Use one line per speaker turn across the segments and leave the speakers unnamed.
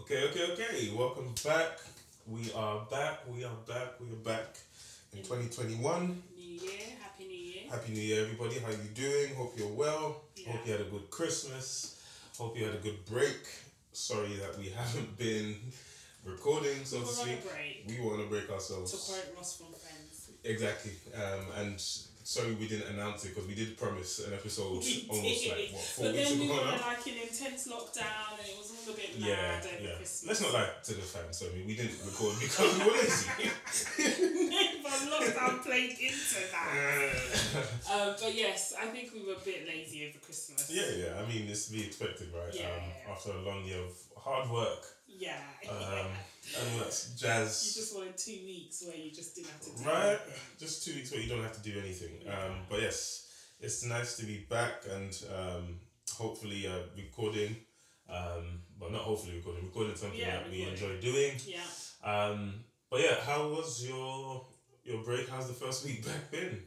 Okay, okay, okay. Welcome back. We are back. We are back. We are back in 2021.
New Year, Happy New Year.
Happy New Year, everybody. How you doing? Hope you're well.
Yeah.
Hope you had a good Christmas. Hope you had a good break. Sorry that we haven't been recording, so
We're
to
on a
speak.
break.
We want to break
To
ourselves.
quote Ross from Friends.
Exactly. Um, and sorry we didn't announce it because we did promise an episode
We
almost
did.
like what four
But
weeks
then
ago
we were
now?
like in intense lockdown and it was all a bit mad
Yeah,
over
yeah.
Christmas.
Let's not lie to the fans. I mean, we didn't record because we were lazy.
but lockdown played into that. Um, but yes, I think we were a bit lazy over Christmas.
yeah, yeah. I mean, it's to be expected, right?
Yeah,
um,
yeah.
After a long year of hard work
Yeah.
um, and uh, all that
you
jazz,
just wanted two weeks where you just didn't have to do
right?
anything.
Just two weeks where you don't have to do anything. Um,
Yeah.
but yes, it's nice to be back and um, hopefully uh, recording. Um, well, not hopefully recording. Recording something
Yeah,
that we
recording.
enjoy doing.
Yeah.
Um, but yeah, how was your your break? How's the first week back been?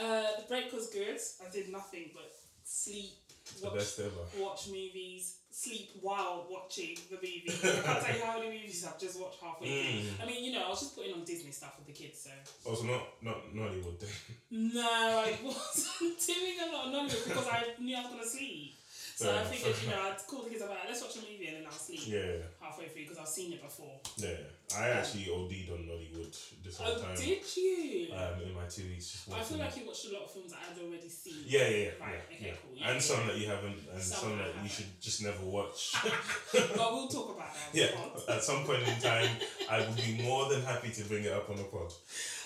Uh, the break was good. I did nothing but sleep,
The
watch
best ever.
watch movies, sleep while watching the movies. I can't tell you how many movies I've just watched halfway through.
Mm.
I mean, you know, I was just putting on Disney stuff with the kids, so.
Also, not not Nollywood. then.
No, I wasn't doing a lot of Nollywood because I knew I was going to sleep. So I
Fair enough,
figured,
fair
you know, I'd call the kids about, let's watch a movie and then I'll sleep
yeah.
halfway through because I've seen it before.
Yeah, I actually OD'd on Nollywood this whole
Oh,
time.
did you?
Um, in my two weeks. Just
I
watching-
feel like you watched a lot of films that I'd already seen.
Yeah, yeah, yeah.
Right,
yeah,
okay,
yeah. and
cool, yeah,
some
yeah.
that you haven't, and some,
Some I
that you
haven't.
should just never watch.
But we'll talk about that. on the
yeah,
pod.
at some point in time, I would be more than happy to bring it up on the pod.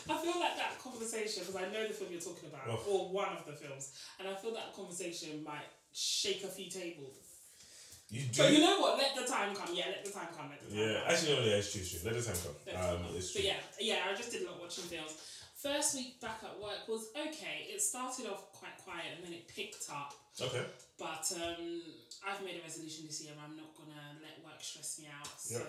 I feel like that conversation because I know the film you're talking about,
Oh.
or one of the films, and I feel that conversation might shake a few tables.
You do.
But you know what? Let the time come. Yeah, let the time come. Let the time
yeah,
come.
actually, no, yeah, it's true, it's true. Let the time
Let the
come.
time
Um,
come.
it's true.
But yeah, yeah, I just did a lot watching films. First week back at work was okay. It started off quite quiet and then it picked up.
Okay.
But um, I've made a resolution this year. I'm not gonna let work stress me out. So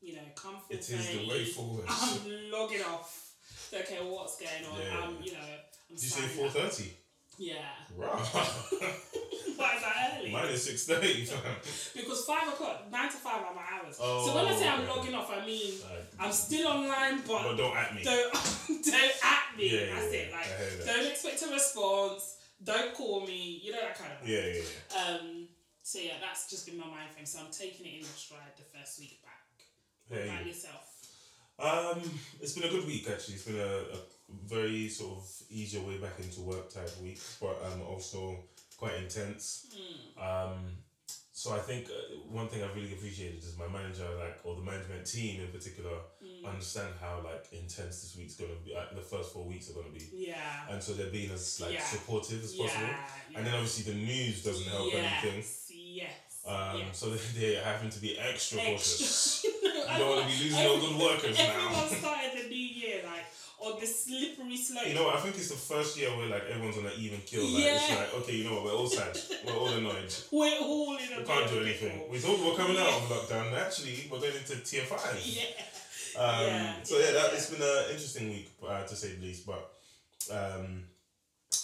you know, come for
It is the way forward.
I'm logging off. Don't care what's going on.
Yeah.
I'm, you know, I'm.
Did you say
signing
four
up.
thirty?
Yeah.
Wow.
Why is that early?
Mine is six thirty.
Because five o'clock, nine to five are my hours.
Oh,
so when I say I'm
okay.
logging off, I mean
But
I'm still online, but
don't at me.
don't don't at me.
Yeah, yeah,
That's
yeah.
it. Like
I heard that.
don't expect a response. Don't call me. You know that kind of.
Yeah, yeah, yeah.
Um. So yeah, that's just been my mind frame. So I'm taking it in stride the first week back. What
There you
about
go.
yourself?
Um, it's been a good week actually. It's been a, a very sort of easier way back into work type week, but um, also quite intense.
Mm.
Um, so I think uh, one thing I've really appreciated is my manager, like, or the management team in particular,
Mm.
understand how like intense this week's gonna be. Like, the first four weeks are gonna be,
Yeah.
and so they're being as like
Yeah.
supportive as
yeah.
possible.
yeah.
And then obviously the news doesn't help
yes,
anything.
Yes.
Um,
yes.
so they are having to be extra cautious.
Extra. no, I
You don't want
thought-
to be losing all good workers now.
Everyone started the new year like on the slippery slope.
You know, what, I think it's the first year where like everyone's on an even keel. Like it's
Yeah.
like, okay, you know what, we're all sad, we're all annoyed,
we're all in a
we
bit
can't
of
do
a
anything.
pickle.
We thought we were coming out of lockdown, actually, we're going into tier five.
Yeah.
Um,
Yeah.
So yeah, that,
Yeah.
it's been an interesting week uh, to say the least. But um,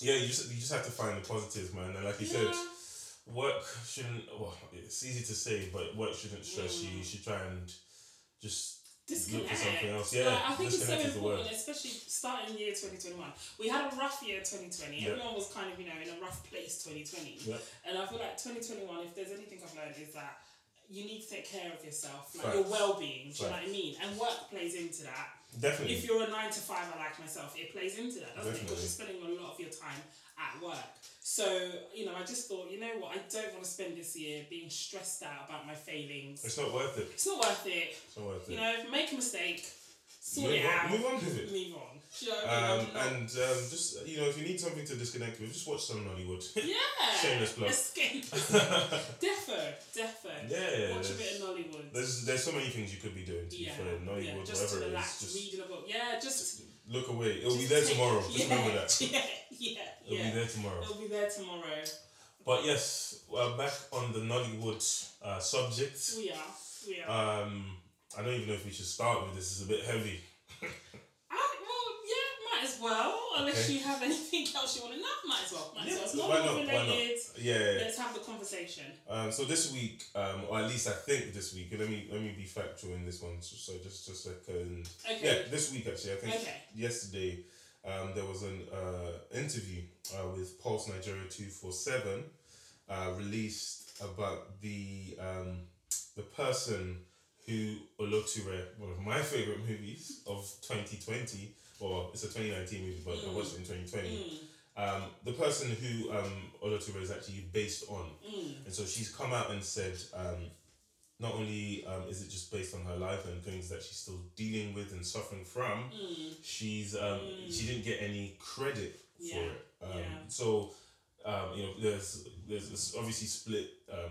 yeah, you just you just have to find the positives, man. And like you said,
Yeah.
work shouldn't. Well, it's easy to say, but work shouldn't stress you.
Mm.
You should try and just
Disconnect.
look for something else. Yeah,
Like, I think it's so
disconnect is the word.
important, especially starting year 2021. We had a rough year 2020.
Yeah.
Everyone was kind of, you know, in a rough place 2020.
Yeah.
And I feel like 2021, if there's anything I've learned, is that you need to take care of yourself, like
Facts.
your well being. Do you know
Facts.
what I mean? And work plays into that.
Definitely.
If you're a nine to five, I like myself, it plays into that, doesn't it?
Definitely.
Because you're spending a lot of your time at work. So, you know, I just thought, you know what, I don't want to spend this year being stressed out about my failings.
it's not worth it.
It's not worth it.
It's not worth it.
You know, if I make a mistake, sort
move,
it
on,
out,
move on with it.
move on. Do you know what I
Um,
mean? I'm
and um, just you know, if you need something to disconnect with, just watch some Nollywood.
not- yeah,
shameless plug.
Escape. defo, defo.
yeah,
Watch
there's-
a bit of Nollywood.
There's there's so many things you could be doing. To
yeah,
be fair,
yeah,
Nollywood,
just to
whatever it
relax,
is, just
reading a book. Yeah, just.
look away. It'll be
just
there
take-
tomorrow. Just
yeah,
remember that.
Yeah, yeah,
It'll
yeah.
be there tomorrow.
It'll be there tomorrow.
But yes, we're back on the Nollywood uh, subject.
We are. We
Uh.
are.
Um, I don't even know if we should start with this. It's a bit heavy.
I, Ah, well, yeah, might as well, unless
Okay.
you have anything else you want to know, might as well. Might as
Yeah,
well. It's not
why
all
not? Why not?
related.
Yeah.
Let's have the conversation.
Um, so this week, um, or at least I think this week. Let me let me be factual in this one. So, so just just a second. Yeah,
Okay.
this week actually, I think
Okay.
yesterday, um, there was an uh, interview uh, with Pulse Nigeria two four seven, uh, released about the um, the person who Oloture, one of my favorite movies of twenty twenty, or it's a twenty nineteen movie, but I watched it in twenty twenty.
Mm,
Um, the person who um, Oloture is actually based on.
mm,
And so she's come out and said, um, not only um, is it just based on her life and things that she's still dealing with and suffering from,
mm.
she's um,
Mm.
she didn't get any credit for
Yeah,
it. Um,
yeah.
So um, you know, there's there's this obviously split um,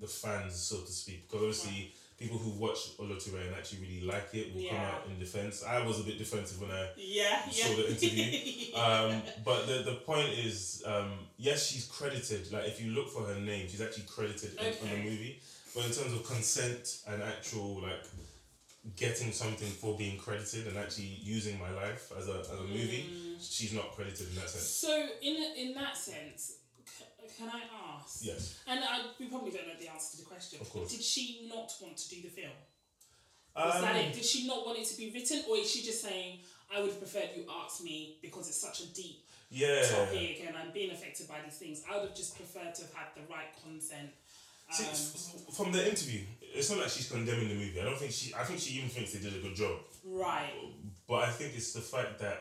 the fans, so to speak, because obviously. People who watch Oloture and actually really like it will come
Yeah.
out in defense. I was a bit defensive when I
Yeah, yeah.
Saw the interview. um, but the, the point is, um, yes, she's credited. Like if you look for her name, she's actually credited in- in,
Okay.
the movie. But in terms of consent and actual like getting something for being credited and actually using my life as a, as a movie,
Mm.
she's not credited in that sense.
So in in that sense, c- can I ask?
Yes.
And I, we probably don't know the answer to the question.
Of course.
Did she not want to do the film? Was that
Um,
it? Did she not want it to be written, or is she just saying, "I would have preferred you asked me because it's such a deep
yeah.
topic and I'm being affected by these things. I would have just preferred to have had the right consent."
See,
Um,
f- f- from the interview, it's not like she's condemning the movie. I don't think she. I think she even thinks they did a good job.
Um, right,
But I think it's the fact that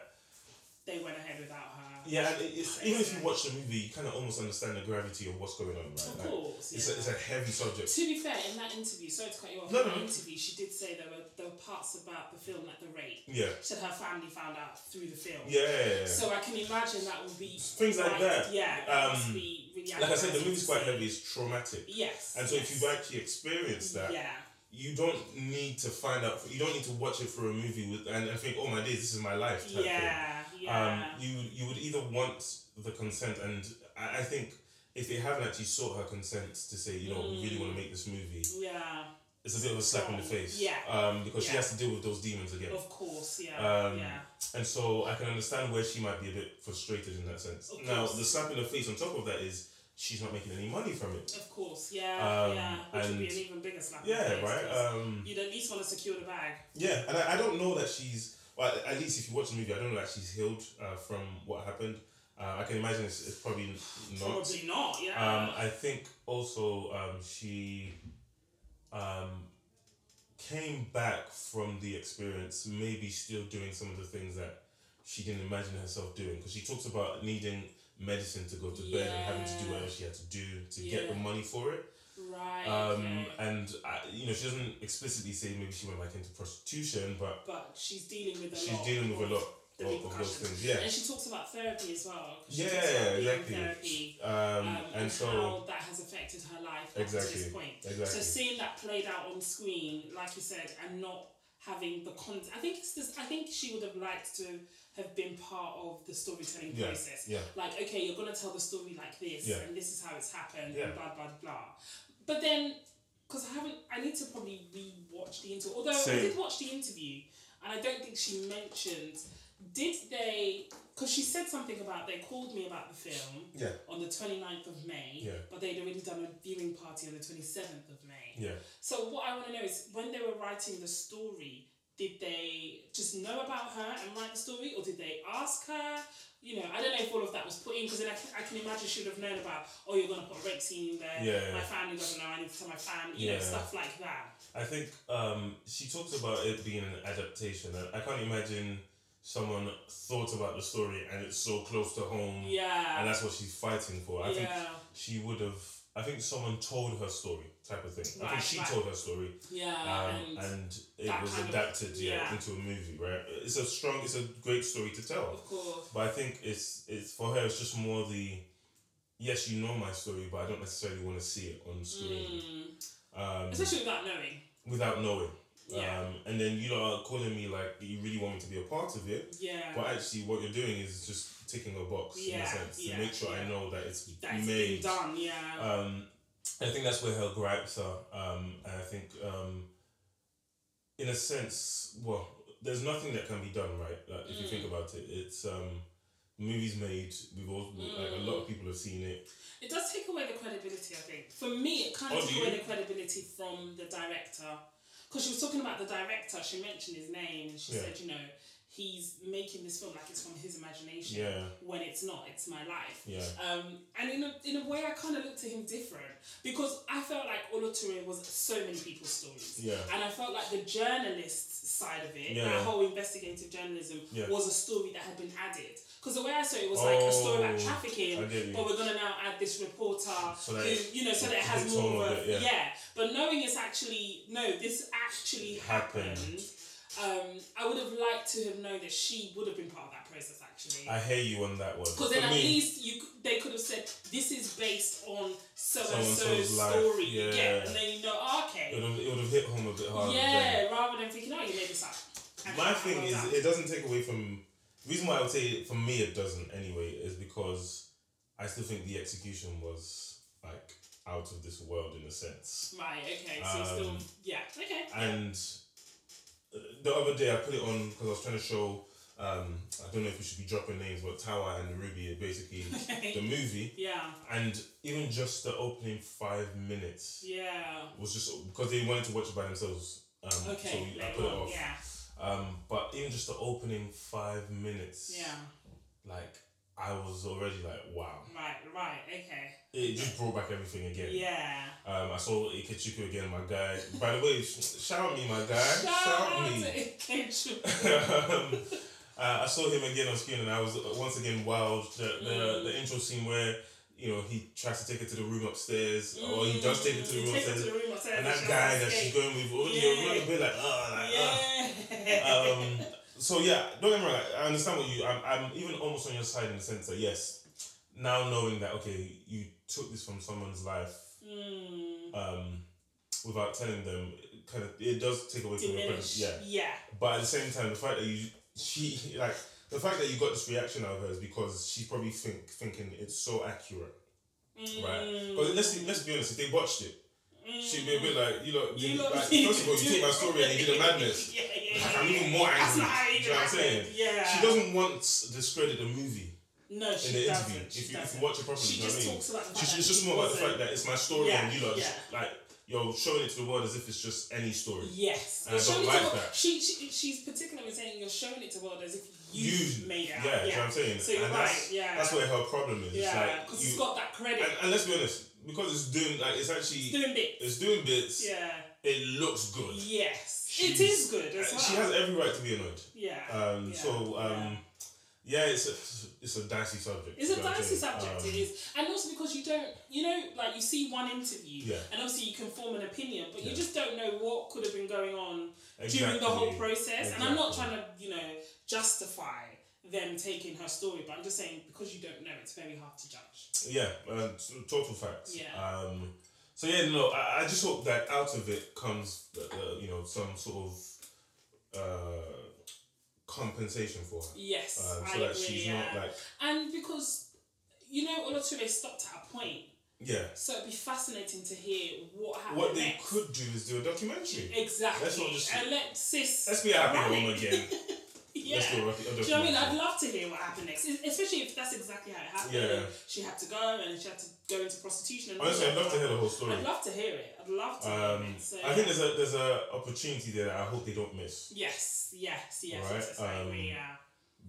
they went ahead without her.
Yeah, and it- it's, even if you watch the movie, you kind of almost understand the gravity of what's going on, right?
Of
Like,
course,
it's,
yeah.
a, it's a heavy subject.
To be fair, in that interview, sorry to cut you off,
No,
in
no,
that
no.
interview, she did say there were there were parts about the film like the rape.
Yeah,
She said her family found out through the film.
yeah.
So I can imagine that would be
Things like that.
Yeah, that
Um,
must be really
like I said, the
agonizing
movie's
to
quite
see.
heavy. It's traumatic,
Yes.
and so if
yes.
you've actually experienced that,
yeah,
you don't need to find out. You don't need to watch it for a movie with and, and think, "Oh my days, this is my life." type thing.
yeah, yeah,
Um, you you would either want the consent, and I, I think if they haven't actually sought her consent to say, you know, we really
Mm.
want to make this movie,
yeah.
it's a bit of a slap in the face.
Yeah.
Um, because she
Yeah.
has to deal with those demons again.
Of course, yeah,
Um,
yeah.
And so I can understand where she might be a bit frustrated in that sense.
Of
Now,
course.
the slap in the face on top of that is she's not making any money from it.
Of course, yeah,
um,
yeah. Which would be
and-
an even bigger slap. in the
Yeah,
face,
right?
'cause
Um,
You'd at least want to secure the bag.
yeah, and I, I don't know that she's, well, at- at least if you watch the movie, I don't know that she's healed uh, from what happened. Uh, I can imagine it's, it's probably not.
Probably not. Yeah.
Um, I think also um, she um, came back from the experience, maybe still doing some of the things that she didn't imagine herself doing. Because she talks about needing medicine to go to bed and having to do
Yeah.
whatever she had to do to get the
Yeah.
money for it.
right.
Um,
okay.
and I, you know, she doesn't explicitly say maybe she went back into prostitution, but
But she's dealing with a
she's
lot.
dealing with a lot
the
of, of those
repercussions.
things. Yeah.
And she talks about therapy as well. 'cause she
Yeah,
talks about being in
exactly.
Therapy,
Um,
um,
and so
how that has affected her life up to
exactly,
this point. So
exactly.
seeing that played out on screen, like you said, and not having the con I think it's just, I think she would have liked to have been part of the storytelling
Yeah,
process.
yeah.
Like, okay, you're gonna tell the story like this,
Yeah.
and this is how it's happened,
Yeah.
and blah blah blah. But then, because I haven't, I need to probably re-watch the interview. Although I
Same.
did watch the interview, and I don't think she mentioned. Did they? Because she said something about they called me about the film
Yeah.
on the 29th of May,
Yeah.
but they'd already done a viewing party on the 27th of May.
Yeah.
So, what I want to know is when they were writing the story, did they just know about her and write the story, or did they ask her? You know, I don't know if all of that was put in because then I can, I can imagine she would have known about, oh, you're going to put a rape scene in there.
Yeah.
My family doesn't know, I need to tell my family, you know,
Yeah.
stuff like that.
I think um, she talks about it being an adaptation. and I can't imagine someone thought about the story and it's so close to home, and
Yeah.
that's what she's fighting for. Mm. I think
yeah.
she would have. I think someone told her story, type of thing. I
Right,
think she
right.
told her story,
Yeah.
um,
and,
and it
that
was
kind of-
adapted, yeah,
yeah.
into a movie. Right? It's a strong. It's a great story to tell.
of course.
But I think it's it's for her. It's just more the. Yes, you know my story, but I don't necessarily want to see it on screen.
Mm.
Um,
Especially without knowing.
without knowing.
Yeah.
Um, and then you lot are calling me like you really want me to be a part of it,
yeah.
but actually Uh, what you're doing is just ticking a box in a
Yeah,
sense
yeah,
to make sure
yeah.
I know that it's
That's been
made.
done, yeah.
Um, I think that's where her gripes are. Um, and I think um, in a sense, well, there's nothing that can be done right. Like if you think
Mm.
about it, it's um, movies made. We've all like a
Mm.
lot of people have seen it.
It does take away the credibility, I think. For me, it kind
Oh,
of
do
took
you?
away the credibility from the director. Because she was talking about the director, she mentioned his name and she
Yeah.
said, you know, he's making this film like it's from his imagination
Yeah,
when it's not, it's my life.
yeah,
Um, and in a, in a way, I kind of looked at him different because I felt like Olotore was so many people's stories.
yeah,
And I felt like the journalist side of it,
Yeah.
that whole investigative journalism,
Yeah.
was a story that had been added. Because the way I saw it was like a story about
Oh,
trafficking,
I get you.
but we're gonna now add this reporter
So
who,
that it
you know, so that it has
hits
more
all
of
of
a
it, yeah.
But knowing it's actually no, this actually happened.
Happened.
Um, I would have liked to have known that she would have been part of that process actually.
I hear you on that one.
Because
For
then at
me,
least you c- they could have said this is based on so and so's
So-and-so's life,
story.
yeah.
and then you know, oh, okay.
it would have, it would have hit home a bit harder.
Yeah, rather than thinking, oh, you made this up.
then.
And
My
well
thing is,
done.
it doesn't take away from. The reason why I would say for me it doesn't anyway is because I still think the execution was like out of this world in a sense.
right, okay, so it's still,
Um,
yeah, okay.
And uh, the other day I put it on because I was trying to show. Um, I don't know if we should be dropping names, but Tower and Ruby, basically the movie,
yeah,
and even just the opening five minutes
yeah.
was just because they wanted to watch it by themselves. Um,
Okay,
so we, I
later
put it
on,
off.
yeah,
Um, but even just the opening five minutes,
yeah,
like I was already like, wow,
right, right, okay.
it just brought back everything again.
Yeah.
Um, I saw Ikechuku again, my guy. By the way, sh- shout me, my guy.
out
me.
to Ikechu.
um, uh, I saw him again on screen, and I was uh, once again wowed. The, the,
Mm.
the intro scene where you know he tries to take her to the room upstairs, or he does Oh, take her to the
Mm. He
room
takes her to
upstairs,
the room upstairs
and that
she
guy
has
that
to
she's
escape.
going with, oh,
Yeah.
you're really a bit like, oh, like, ah. Um, so yeah, don't get me wrong. like, I understand what you. I'm, I'm even almost on your side in the sense that yes, now knowing that okay, you took this from someone's life,
Mm,
um, without telling them, kind of it does take away from your presence.
diminish.
Yeah.
Yeah.
But at the same time, the fact that you she like the fact that you got this reaction out of her is because she's probably think thinking it's so accurate, right?
Mm.
But let's let's be honest. If they watched it, she'd be a bit like you know.
You
You
lot
like,
did-
first of all, you
did-
took my story and you did a madness.
Yeah, yeah,
Like, I'm
yeah.
even more
That's
angry.
not how you
do you know what I'm
do it.
saying?
Yeah.
She doesn't want to discredit the movie
No, she
in the
doesn't.
interview.
She
If you, if
doesn't.
you watch it properly,
She
you know what I
just
mean.
talks about the fact
She-
that
It's just
she
more about the
wasn't-
fact that it's my story
Yeah,
and you lot, just, like you're showing it to the world as if it's just any story.
Yes.
And I
You're
don't
showing it to
like
world-
that.
She, she she's particularly saying you're showing it to world as if you, made it
yeah,
out.
do you know what I'm saying?
So you're
and
right.
that's,
Yeah.
that's where her problem is. It's
yeah.
like,
Because
you-
it's got that credit.
And, and let's be honest, because it's doing like it's
It's
actually
doing bits.
it's doing bits.
Yeah.
It looks good.
Yes.
She's- uh,
it is good as well.
She has every right to be annoyed.
yeah.
Um,
Yeah.
So um, yeah, it's a, it's a dicey subject.
It's
you
a
know what I'm
dicey
saying?
subject,
Um,
it is. And also because you don't, you know, like you see one interview
Yeah.
and obviously you can form an opinion, but you
Yeah.
just don't know what could have been going on during the
exactly.
whole process. And I'm not trying
Exactly.
to, you know, justify them taking her story, but I'm just saying because you don't know, it's very hard to judge.
Yeah, uh, t- total facts.
Yeah.
Um, so yeah, no, I, I just hope that out of it comes, uh, uh, you know, some sort of uh, compensation for her.
Yes,
Um,
I
so that
agree.
she's
yeah.
not like
and because, you know, Olatunde stopped at a point,
yeah.
so it'd be fascinating to hear what happened
What they
next.
could do is do a documentary.
Exactly.
Let's not just-
and let sis.
Let's be a happy
run
home
it.
again.
yeah.
Let's do a, rocky- a
Do you know what I
documentary.
mean? I'd love to hear what happened next, es- especially if that's exactly how it happened.
Yeah.
and She had to go and she had to go into prostitution. And all
Honestly, I'd
that
love to hear
stuff.
the whole story.
I'd love to hear it. I'd love to hear
Um,
it. So,
I think there's a there's a opportunity there that I hope they don't miss
Yes, yes, yes.
Right,
yes, yes, I
um,
agree, yeah.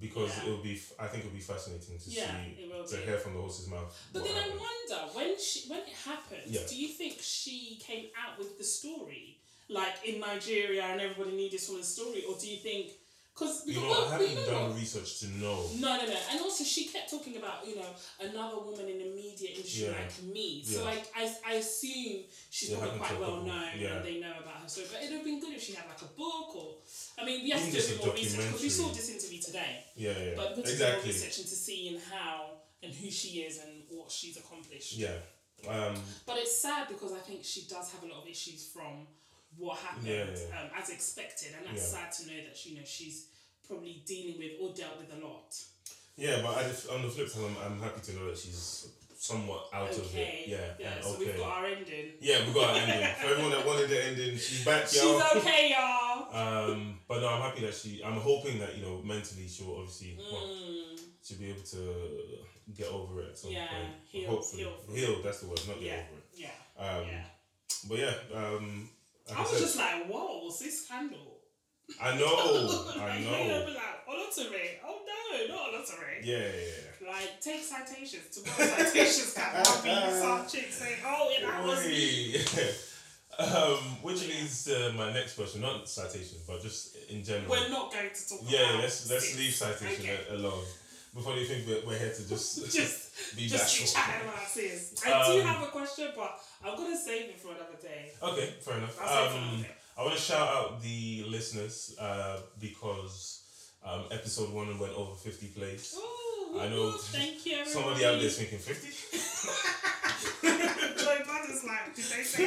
because
Yeah.
it'll be f- I think it'll be fascinating to
Yeah,
see
it will
to
be.
hear from the horse's mouth.
But
what
then I
happened.
wonder when she when it happened,
Yeah.
do you think she came out with the story like in Nigeria and everybody knew this woman's story, or do you think? Cause,
you
because-
know
well,
I
you
haven't
know what?
done research to know.
No, no, no. And also, she kept talking about, you know, another woman in the media industry
Yeah.
like me. So,
Yeah.
like, I, I assume she's
It
probably
happened to
quite
a
well
couple,
known
yeah.
and they know about her story. But it would have been good if she had, like, a book or. I mean, we have
Even
to do
just
a bit
a
more research because we saw
documentary.
this interview today.
Yeah, yeah,
But put a bit more
exactly.
research into seeing how and who she is and what she's accomplished.
Yeah, um,
But it's sad because I think she does have a lot of issues from what happened
Yeah, yeah.
Um, as expected. And that's sad to know that, you know, she's probably dealing with or dealt with a lot.
yeah. But I just, on the flip side, I'm, I'm happy to know that she's somewhat out of
okay.
it. Yeah, and
so
okay.
we've got our ending.
yeah, we got our ending. For everyone that wanted the ending, she's back,
She's
y'all.
okay, y'all. wow.
Um, but no, I'm happy that she. I'm hoping that you know mentally she'll obviously well,
Mm,
she'll be able to get over it. At some
Yeah,
point.
heal-
Hopefully,
heal from
heal. That's the word. Not get
Yeah.
over it.
yeah,
Um,
yeah.
But yeah, um, like
I
I,
was
said,
just like, whoa, what's this handle?
I know, I
like,
know.
Be like, Olotare. Oh no, not Olotare.
Yeah, yeah, yeah.
Like, take citations to what citations can not be. Some chick saying, oh, yeah, that was me.
Oi. um, which leads to my next question, not citations, but just in general.
We're not going to talk
yeah,
about
yeah, let's let's
this.
leave citation
Okay.
a- alone before they think we're, we're here to just,
Just,
be
just keep
bashful.
chatting about this. I do
Um,
have a question, but I'm going to save it for another day.
Okay, fair enough.
I'll save it for
Um,
another day.
I want to shout out the listeners uh, because um, episode one went over 50 plays.
Ooh,
I know
ooh, Thank you, everybody.
Somebody out there's thinking 50?
Joy Butler's like, did they say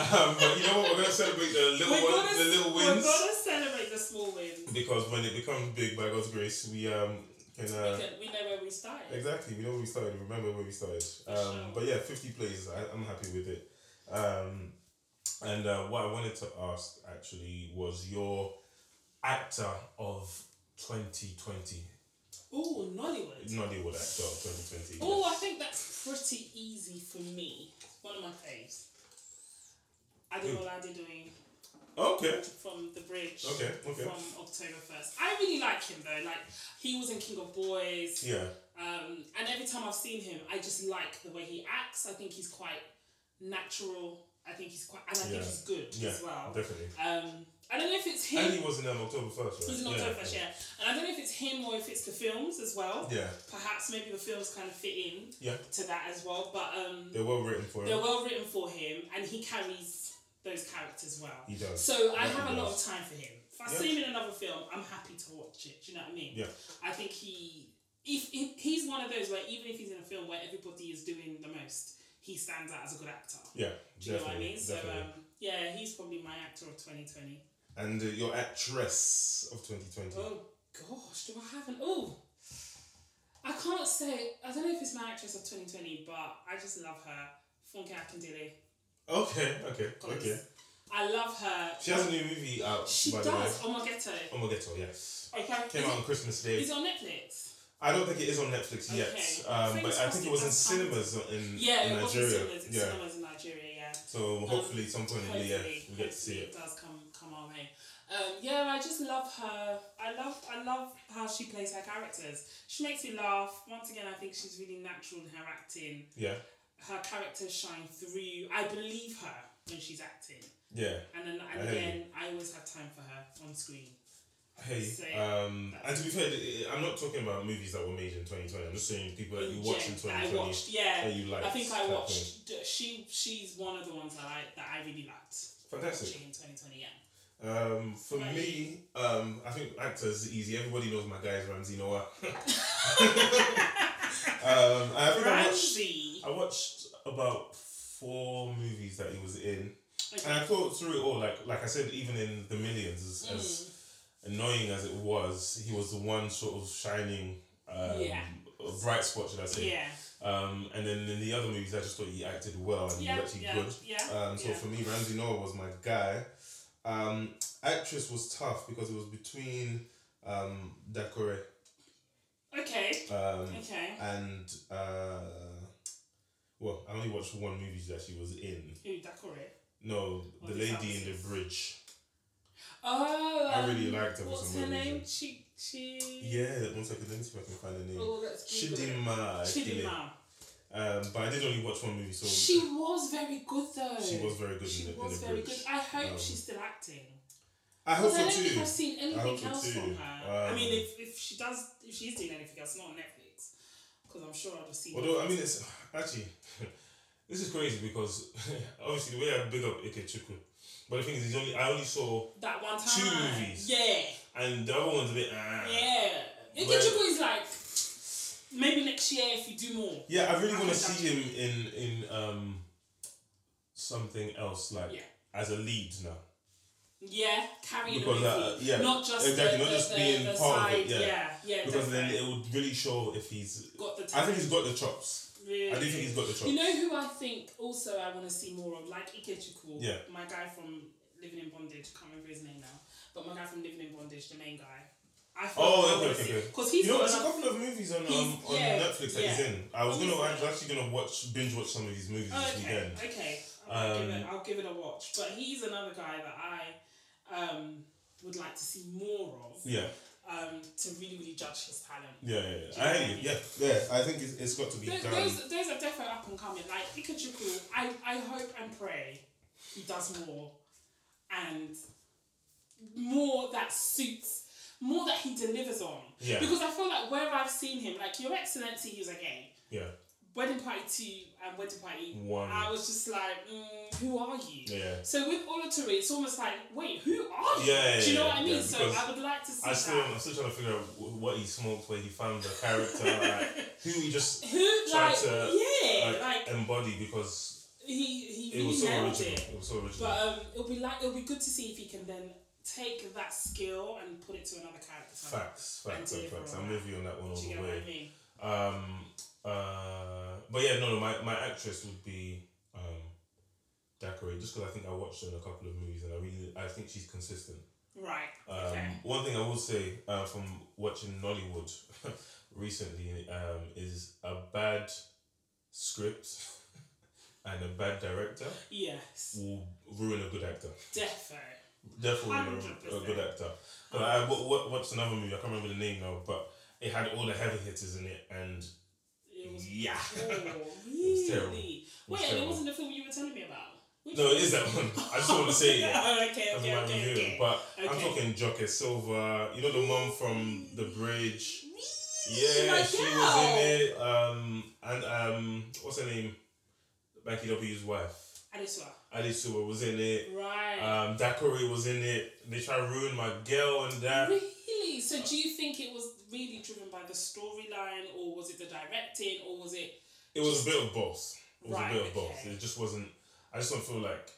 um, but you know what? We're going to celebrate the little,
we're
one,
gonna,
the little
we're
wins.
gonna celebrate the small wins.
Because when it becomes big, by God's grace, we um, can. Uh,
we, can, we know where we started.
Exactly, we know where we started. we Remember where we started.
For
Um,
sure.
But yeah, fifty plays. I, I'm happy with it. Um, and uh, what I wanted to ask actually was your actor of 2020.
Ooh, Nollywood.
Nollywood actor of 2020.
Ooh, I
yes.
think that's pretty easy for me. It's one of my faves. I did
Who?
all I did doing
Okay.
from the bridge
Okay. Okay.
from October first. I really like him though. Like he was in King of Boys.
Yeah.
Um, and every time I've seen him, I just like the way he acts. I think he's quite natural. I think he's quite, and I
Yeah.
think he's good
Yeah.
as well.
Definitely.
Um, I don't know if it's him.
And he was in um, October first, right?
He's not yeah. yeah. And I don't know if it's him or if it's the films as well.
Yeah.
Perhaps maybe the films kind of fit in
Yeah.
to that as well. But um,
They're well written for
they're
him.
well written for him and he carries those characters well.
He does.
So I
Yeah,
have
he
a lot of
does.
time for him. If I
Yeah.
see him in another film, I'm happy to watch it. Do you know what I mean?
Yeah.
I think he, if, if he's one of those where even if he's in a film where everybody is doing the most, he stands out as a good actor.
Yeah.
Do you know what I
Definitely.
mean? So
Definitely.
um, yeah, he's probably my actor of 2020.
And uh, your actress of 2020.
Oh gosh, do I have an oh? I can't say. I don't know if it's my actress of twenty twenty, but I just love her, Funke Akindele.
Okay. Okay.
Goddess.
Okay.
I love her.
She has a new movie out.
She
by
does.
The way.
Oh my ghetto.
Oh, my ghetto, yes.
Okay.
Came out on Christmas Day.
It's on Netflix.
I don't think it is on Netflix yet,
Okay.
um, but
Fingers
I
crossed
think
it
it was in
does come.
cinemas in,
Yeah,
in
it was in
Nigeria.
cinemas. It's
yeah.
cinemas in Nigeria. Yeah.
So hopefully, some point in the year,
Hopefully,
we get to see
hopefully
it.
does come come our way. Um, yeah, I just love her. I love I love how she plays her characters. She makes me laugh. Once again, I think she's really natural in her acting.
Yeah,
her characters shine through. I believe her when she's acting,
yeah.
and then
I
and
hear
again, I always have time for her on screen.
Hey,
Same.
um, and to be fair, it- I'm not talking about movies that were made in 2020. I'm just saying people that you watched in
Yeah, that
2020
I watched, yeah.
that you liked.
I think I
type thing.
watched. d- She she's one of the ones that I that I really liked
Fantastic.
watching in twenty twenty. Yeah.
Um, for
Right.
me, um, I think actors is easy. Everybody knows my guys, Ramsey Noah. um, and I think I watched
Ramsey.
I watched about four movies that he was in, and I thought through it all. Like like I said, even in the millions, as, as
Mm.
annoying as it was, he was the one sort of shining, um,
Yeah.
bright spot, should I say?
Mm. Yeah.
Um, and then in the other movies, I just thought he acted well and he
Yeah.
was actually
Yeah.
good.
Yeah.
Um, so
yeah.
for me, Ramsey Noah was my guy. Um, actress was tough because it was between um, Dakore
Okay.
um,
Okay.
and uh, well, I only watched one movie that she was in.
Who Dakore?
No,
What
the
is that?
lady in the bridge.
Oh.
I really
um,
liked her for
What's
some
her
odd
name?
reason.
She she.
Yeah, one second. Let me see if I can find the name.
Oh, that's
Chidinma. Achille.
Chidinma.
Um, but I did only watch one movie, so
She was very good though.
she was very good
She
in the,
was
in the
very
bridge.
good. I hope
Um,
she's still acting.
I hope
Because
so
I don't
too.
think I've seen
hope
anything
so
else
too.
from her. I
Um,
mean, if, if she does, if she's doing anything else, not on Netflix, because I'm sure I'll just see.
Although I mean, it's actually this is crazy because obviously the way I big up Ikechukwu, but the thing is, he's only I only saw
that one time.
two movies.
Yeah,
and the other one's a bit. Ah.
yeah.
Well-
Ikechukwu is like maybe next year if you do more.
Yeah, I really
I
want to
think
see him in in um something else like
Yeah.
as a lead now.
Yeah, carrying a
Because,
movie,
uh, yeah,
not just
exactly,
the,
not
the-
just
the-
being
the
part of it,
side.
yeah.
yeah, yeah.
Because then
definitely.
it would really show if he's.
got the.
I think
talent.
he's got the chops. I do
Really.
think he's got the chops.
You know who I think also I want to see more of, like Ikechukwu,
Yeah.
my guy from Living in Bondage. Bondage. I can't remember his name now. But my guy from Living in Bondage, the main guy. I
Oh, okay, okay, okay.
Because he's
you know,
got
there's a
enough-
couple of movies on um,
He's-
on
yeah,
Netflix that he's
yeah.
in. I was
He's
gonna, I
in
was actually gonna watch binge watch some of his movies
Oh,
this
okay,
weekend.
okay. I'll, give it,
Um,
I'll give it a watch. But he's another guy that I um, would like to see more of
Yeah,
um, to really, really judge his talent.
yeah, yeah.
Do you
yeah. I
know
hear
what I
you. Yeah, yeah. I think it's, it's got to be
Th-
done.
Those, those are definitely up and coming. Like Ikechukwu, I, I hope and pray he does more and more that suits, more that he delivers on.
Yeah.
Because I feel like where I've seen him, like Your Excellency, he was okay.
yeah,
Wedding Party 2 and Wedding Party
one.
I was just like, mm, who are you?
yeah.
So with Olatory, it's almost like, wait, who are you?
Yeah, yeah,
Do you know
yeah,
what I mean?
yeah,
so
because
I would like to see
I still, I'm
that.
still trying to figure out wh- what he smoked, where he found the character, like, who he just
Who
try
like
to,
yeah,
like,
like
embodied because
he he
it
really
was so
nailed
original.
it.
It was so original.
But um, it'll be like it'll be good to see if he can then take that skill and put it to another character.
facts, facts,
and
and facts.
deliver
I'm
on
with you on that one all
Do you
the
get what
way.
I mean?
Um, uh, but yeah, no, no, my, my actress would be um, Dakari, just because I think I watched her in a couple of movies and I really, I think she's consistent.
Right.
Um,
okay.
One thing I will say uh, from watching Nollywood recently um, is a bad script and a bad director
Yes.
will ruin a good actor.
Defo.
Definitely ruin a, a
100%.
good actor. But I w- w- watched another movie, I can't remember the name now, but it had all the heavy hitters in it and
It was
yeah.
oh,
Mm. was terrible.
really.
was
Wait, and it
terrible.
wasn't the film you were telling me about. Which
No,
one?
it is that one. I just want to say it. yeah.
Oh, okay,
That's
okay,
my
okay,
review.
okay.
But I'm
Okay.
talking Joker Silva, you know the mom from The Bridge.
My
Yeah, she was
girl.
in it. Um, and um, what's her name? Becky W's wife.
Adesua.
Alice Sewer was in it.
Right.
Um, Dakori was in it. They try to ruin my girl and that.
really? So do you think it was really driven by the storyline or was it the directing or was it
It was a bit of both. It was
Right,
a bit of both.
okay.
It just wasn't. I just don't feel like.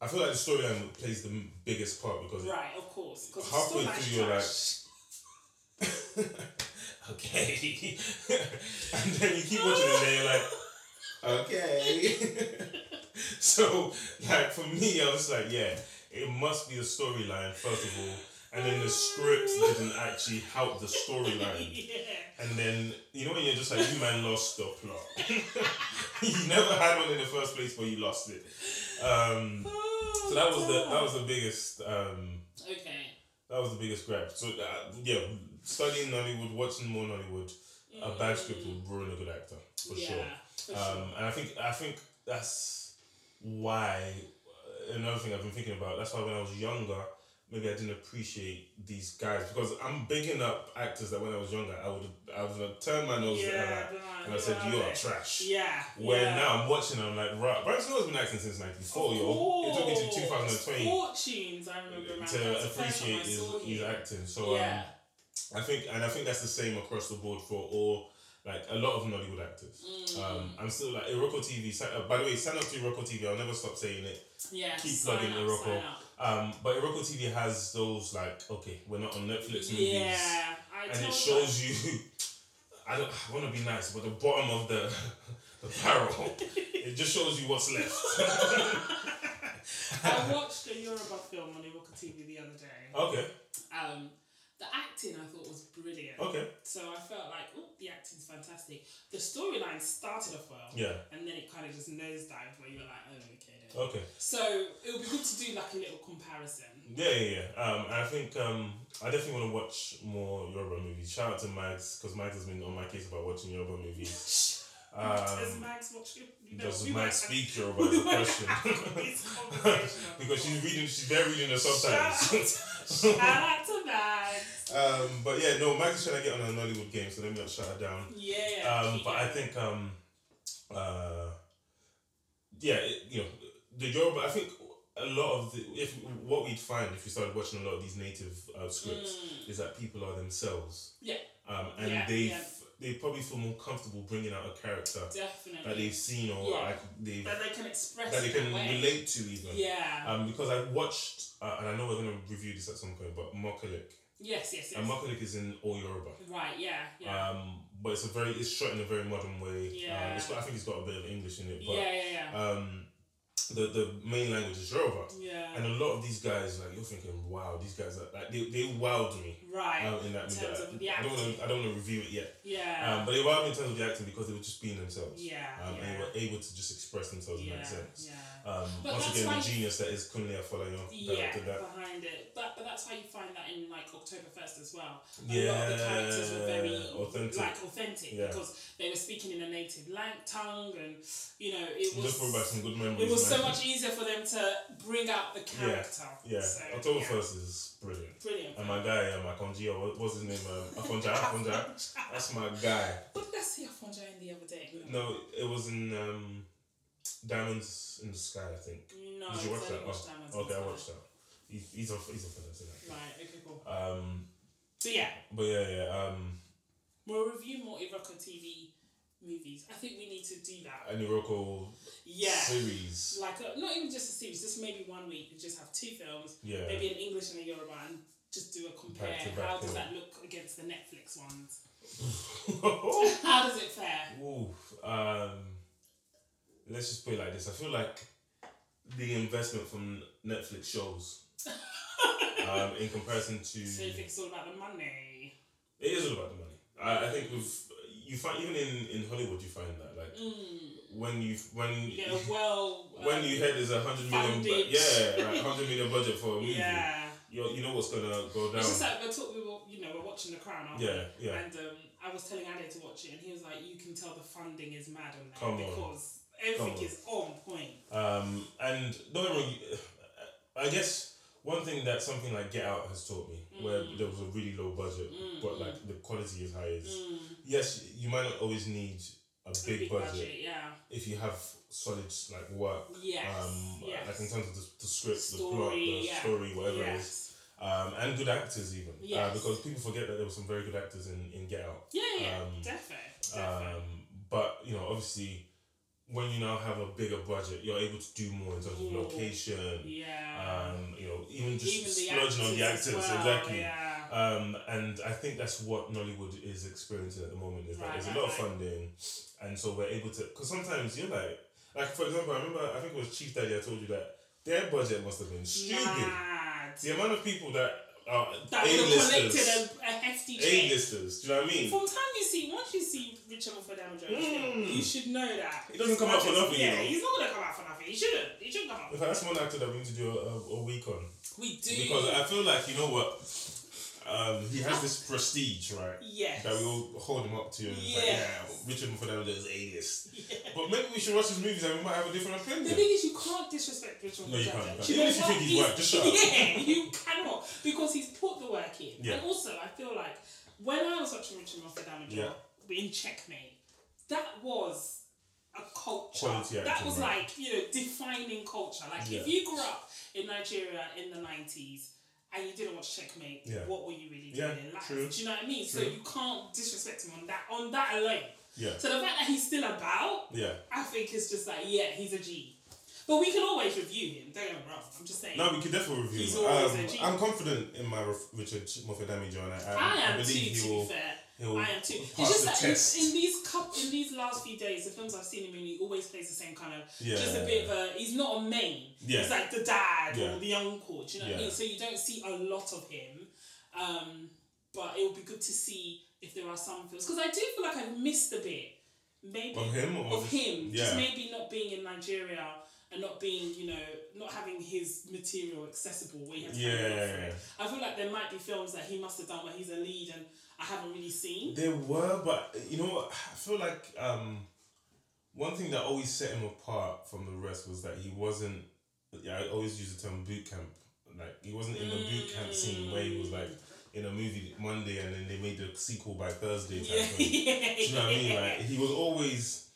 I feel like the storyline plays the m- biggest part because it-
right, of course. Because
Halfway through, you're like, okay. and then you keep watching it and then you're like, okay. so, like, for me, I was like, yeah, it must be a storyline, first of all. And then the script didn't actually help the storyline.
yeah.
And then, you know, when you're just like, you man lost the plot. you never had one in the first place, but you lost it. Um, so that was the that was the biggest um,
Oh, Okay.
that was the biggest grab. So uh, yeah, studying Nollywood, watching more Nollywood, a bad script would ruin a good actor for
yeah,
sure.
For
Um, and I think I think that's why uh, another thing I've been thinking about. That's why when I was younger, maybe I didn't appreciate these guys because I'm bigging up actors that when I was younger, I would I would have turned my nose
sure.
at
Yeah,
that uh,
blind,
and I said you are
blind.
trash.
Yeah.
Where
yeah.
now I'm watching, I'm like, right, Brian Snow's been acting since '94, yo. It took me to 2020
Fortunes, I remember. man. That
to
was the first time I
appreciate his,
saw
his
him.
acting. So
yeah.
um, I think, and I think that's the same across the board for all, like a lot of Nollywood actors. Um, I'm still like Iroko TV. si- Uh, by the way, sign up to Iroko TV. I'll never stop saying it.
yeah.
keep
sign
plugging
up,
Iroko.
sign up.
Um, but Iroko TV has those like, okay, we're not on Netflix movies,
Yeah. I
and it
told
shows you. I don't I want to be nice, but the bottom of the the barrel, it just shows you what's left.
I watched a Yoruba film on Iwoka TV the other day.
okay,
Um, the acting I thought was brilliant.
okay,
So I felt like, oh, the acting's fantastic. The storyline started off well,
yeah,
and then it kind of just nosedived where you're like, oh, okay. Then.
okay.
So it would be good to do like a little comparison.
Yeah, yeah, yeah. Um, I think um, I definitely want to watch more Yoruba movies. Shout out to Mags because Mags has been on my case about watching Yoruba movies.
Does
Um,
Max watch it? You know,
does
we
Mags
might
speak
have-
Yoruba? Is
we
the
might have
question.
this conversation on
because she's
the
reading, she's there reading the subtitles.
podcast. Shout out to Max.
um, but yeah, no, Mags is trying to get on a Nollywood game, so let me not shut her down.
Yeah.
Um,
keep
but I
going.
think um, uh, yeah, it, you know, the Yoruba. I think a lot of the if what we'd find if we started watching a lot of these native uh, scripts
Mm.
is that people are themselves.
Yeah.
Um, and
Yeah,
they
yeah.
f they probably feel more comfortable bringing out a character
definitely
that they've seen or
Yeah.
like they
that they can express
that they
in
can
a way.
relate to even.
Yeah.
Um, because I watched, uh, and I know we're gonna review this at some point, but Mokulik,
yes. Yes. Yes.
and Mokulik is in all Yoruba.
right. Yeah. Yeah.
Um, but it's a very it's shot in a very modern way. Um,
Yeah.
it's got, I think it's got a bit of English in it. But
yeah. Yeah. Yeah.
um, the, the main language is Yoruba.
Yeah.
And a lot of these guys, like you're thinking, wow, these guys are like they, they wowed me
right.
um, in that
in
movie.
terms of the
I don't
acting.
wanna, I don't want to review it yet.
yeah.
Um, but they wowed me in terms of the acting because they were just being themselves.
yeah.
Um, And
yeah.
they were able to just express themselves
yeah.
in that sense.
yeah.
Um,
But
once
that's
again,
why-
the genius that is Kunle Afolayan
Yeah,
directed that.
behind it, but but that's how you find that in like October first as well. A
Yeah,
lot of the characters were very
authentic.
like authentic
Yeah.
because they were speaking in a native lang- tongue, and you know it was
Just brought back some good memories.
it was so
man.
much easier for them to bring out the character.
Yeah,
so,
October
yeah.
first is brilliant.
Brilliant.
And my guy, um, Akonji, or what- what's his name? Um, Akonja, Akonja. That's my guy.
What did I see Afonja in the other day?
No, it was in um, Diamonds in the Sky, I think.
no,
Did you watch
because I
that?
didn't watch Diamonds in
Oh, okay,
the
I
Sky.
watched that. He's he's a he's a fella, isn't he?
Right. Okay. Cool.
Um,
So yeah,
but yeah, yeah. Um,
we'll review more Iroko TV movies. I think we need to do that.
and Iroko
Yeah.
series.
like a, not even just a series, just maybe one week and just have two films,
Yeah,
maybe an English and a Yoruba, and just do a compare.
Back to back
How does
film.
that look against the Netflix ones?
Oof.
How does it fare?
Um, let's just put it like this. I feel like the investment from Netflix shows, um, in comparison to
So you think it's all about the money?
It is all about the money. I, I think with you find even in, in Hollywood you find that like
Mm,
when you when
you get a well.
Mm. when
um,
you hear there's a hundred million bu-
funded.
yeah like hundred million budget for a movie
yeah,
you you know what's gonna go
it's just
down
like we're talk, we were you know we're watching The Crown. Aren't
yeah
we?
yeah
And um, I was telling Ade to watch it, and he was like, "You can tell the funding is mad on that
Come on.
because everything
on.
is on point."
um and don't get me wrong, you- I guess one thing that something like Get Out has taught me where
Mm.
there was a really low budget
Mm,
but like the quality is high
mm,
is
mm,
yes you might not always need a
a
big, budget,
yeah,
if you have solid like work
yes,
um,
yes.
like in terms of the, the script, the
Story,
plot, the
yeah.
story, whatever it is,
yes.
um, and good actors even, uh,
Yes.
because people forget that there were some very good actors in, in Get Out.
Yeah, yeah,
Um,
definitely. definitely.
Um, but you know, obviously, when you now have a bigger budget, you're able to do more in terms of
Ooh.
location,
yeah.
um, you know, even just
Even the
splurging on the
actors
actors,
as well,
exactly.
Yeah.
Um, and I think that's what Nollywood is experiencing at the moment is that
Right,
there's
right,
a lot of
right.
funding, and so we're able to. Because sometimes you're like, like for example, I remember I think it was Chief Daddy I told you that their budget must have been stupid.
Mad.
The amount of people that are
That would have collected
A-listers,
a, a hefty check.
A-listers. Do you know what I mean?
From time you see, once you see Richard Mofodamojo,
Mm.
you should know that.
He doesn't come out for
Roger's-
nothing, you
Yeah,
know.
he's not going to come out for nothing. He shouldn't. He shouldn't come
In
out.
fact, that's one actor that we need to do a, a week on
We do.
because I feel like you know what, um, he has this prestige, right?
yes.
That we all hold him up to. And it's like,
Yes.
yeah, Richard Mofanello is A-list.
Yeah.
But maybe we should watch his movies and we might have a different
The
opinion.
thing is, you can't disrespect Richard
No, you
Mofodamojo.
can't.
Do
Even
you know
if you
what?
think he's white, just shut up.
Yeah, you cannot because he's put the work in.
Yeah.
And also, I feel like when I was watching Richard Moffat Damage
Yeah.
in Checkmate, that was a culture.
Quality
that
acting,
was
right.
like, you know, defining culture. Like,
Yeah.
if you grew up in Nigeria in the 90s, and you didn't watch Checkmate.
Yeah.
What were you really doing
Yeah,
in life?
true.
Do you know what I mean? So
True.
you can't disrespect him on that on that alone.
Yeah.
So the fact that he's still about,
Yeah.
I think it's just like, yeah, he's a G. But we can always review him. Don't get me wrong. I'm just saying.
No, we could definitely review.
He's
him.
always
um,
a G.
I'm confident in my ref- Richard Mofanello, John. I,
I
I, I
am too.
believe
To
he
be
will.
fair,
He will
I am too. It's
pass
just
the
that
test.
in, in these cup in these last few days, the films I've seen him in, he always plays the same kind of
yeah.
just a bit of a. He's not a main.
Yeah.
He's like the dad
Yeah.
or the uncle. Do you know what
Yeah.
I mean? So you don't see a lot of him, um, but it would be good to see if there are some films because I do feel like I've missed a bit. Maybe
Of him or
of him, just
Yeah.
maybe not being in Nigeria and not being, you know, not having his material accessible where you have to
Yeah,
pay
yeah,
for
yeah.
it. I feel like there might be films that he must have done where he's a lead and I haven't really seen.
There were, but you know what? I feel like um, one thing that always set him apart from the rest was that he wasn't. Yeah, I always use the term boot camp. Like he wasn't in the boot camp scene where he was like
Mm.
in a movie Monday and then they made the sequel by Thursday. Type
Yeah.
thing. Do you know what I mean? Like he was always
it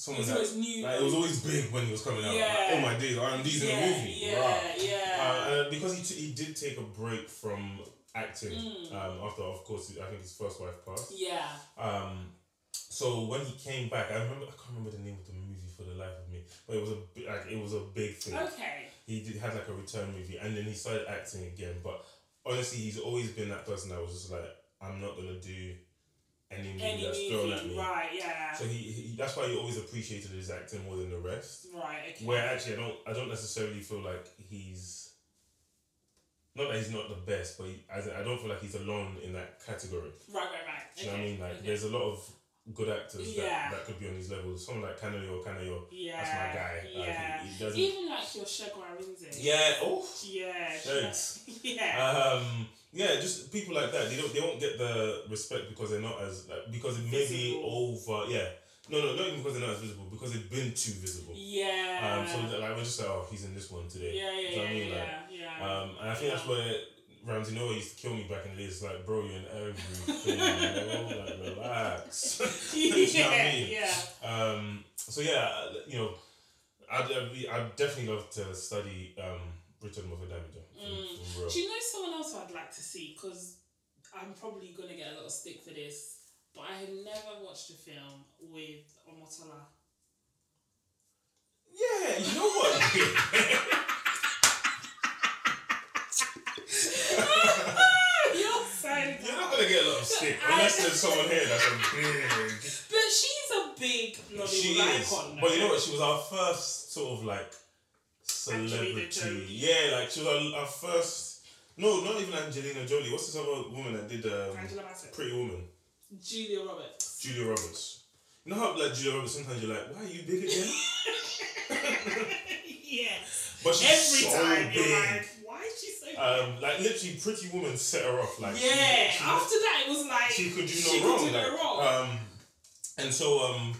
someone
was
that
always new.
like, it was always big when he was coming out.
Yeah.
Like, oh my days, R and D's in a
yeah,
movie.
yeah,
Wow.
yeah.
Uh, and because he, t- he did take a break from acting
Mm.
um, after, of course, I think his first wife passed.
yeah.
Um, so when he came back, I remember I can't remember the name of the movie for the life of me, but it was a bi- like it was a big thing.
Okay.
He did had like a return movie, and then he started acting again. But honestly, he's always been that person that was just like, I'm not gonna do any movie
Any
that's thrown at
movie,
me.
right? Yeah.
So he, he that's why he always appreciated his acting more than the rest.
right. Okay.
Where actually I don't I don't necessarily feel like he's not that he's not the best, but he, as in, I don't feel like he's alone in that category.
Right. Right. Right.
Do you know what I mean? Like
okay.
there's a lot of good actors
Yeah.
that, that could be on his level. Someone like Canario, Canario,
Yeah.
that's my guy. Like,
Yeah.
he, he doesn't.
Even like your Shagwar Rinze.
yeah. Oh.
Yeah.
Thanks.
Yeah.
Um, yeah, just people like that. They don't. They won't get the respect because they're not as like, because it may be over. Yeah. No, no, not even because they're not as visible. Because they've been too visible.
yeah.
Um, so that, like we're just like, oh, he's in this one today.
yeah.
Do you
Yeah.
know
Yeah.
what I mean? Like,
Yeah. yeah.
Um, and I think that's where Ramsey Noah used to kill me back in the days. Like, bro, you're in everything. bro. Like, relax. Do you know what I
yeah,
mean?
yeah.
Um, so yeah, you know, I'd, I'd, be, I'd definitely love to study um, Richard Moffat Damager. From,
Mm.
from real.
Do you know someone else I'd like to see? Because I'm probably going to get a lot of stick for this, but I have never watched a film with Omotola.
Yeah, you know what?
You're so.
You're not gonna get a lot of stick unless there's someone here that's a big.
But she's a big Nollywood
She is,
icon.
but you know what? She was our first sort of like celebrity.
Angelina Jolie.
Yeah, like she was our, our first. No, not even Angelina Jolie. What's this other woman that did um,
Angela Bassett.
Pretty Woman?
Julia Roberts.
Julia Roberts. You know how like Julia Roberts sometimes you're like, why are you big again?
yes.
But she's
Every
so
time
big.
you're like, why is she so big?
um, like literally, Pretty Woman set her off. Like she-
yeah.
she-
After that, it was like
she could do no
she
wrong.
Could do
like,
no wrong.
Um, and so um,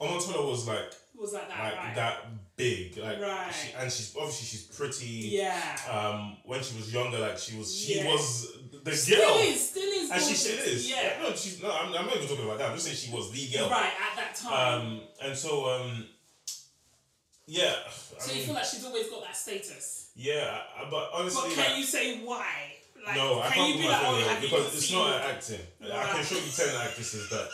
Omotola was like
it was like that,
like
right?
that big, like
Right.
she, and she's obviously she's pretty.
yeah.
Um, when she was younger, like she was, she
Yeah.
was the
Still
girl,
is, still is.
and she
gorgeous.
still is.
Yeah.
no, she's no. I'm, I'm not even talking about that. I'm just saying she was the girl.
Right at that time.
Um, and so um, yeah. I
So
mean,
you feel like she's always got that status.
yeah, I- but honestly,
But
like,
can you say why? Like,
no, I
can
can't
you
put
be
my
like,
finger
oh,
on it
have you
because it's
seen-
not acting. I can
Right.
show you ten actresses that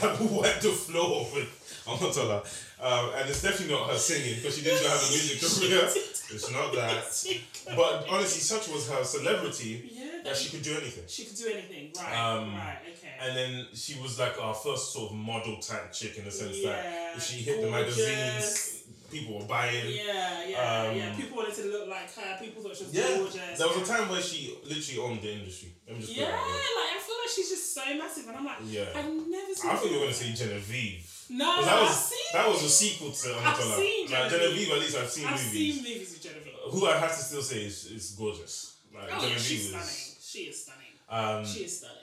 that will wipe the floor off with Omotola, um, and it's definitely not her singing because she didn't know how to music career. It's not that. But honestly, such was her celebrity
yeah,
that she could do anything.
she could do anything, right?
Um,
right, okay.
And then she was like our first sort of model type chick in the sense that
Yeah,
if she hit
gorgeous.
the magazines, people were buying.
yeah, yeah,
um,
yeah. People wanted to look like her. People thought she was
Yeah,
gorgeous.
There was a time where she literally owned the industry. Let me just
yeah, like
put it that way.
I feel like she's just so massive, and I'm like,
Yeah.
I've never seen.
I thought you were gonna say Genevieve.
No,
'Cause that
I've
was
seen.
that was a sequel to Amatola.
seen
like,
Genevieve.
Genevieve, at least I've seen
I've
movies.
seen movies with Genevieve.
Who I have to still say is, is gorgeous. Like
Oh, yeah,
Genevieve
she's stunning.
is,
She is stunning.
um,
She is stunning.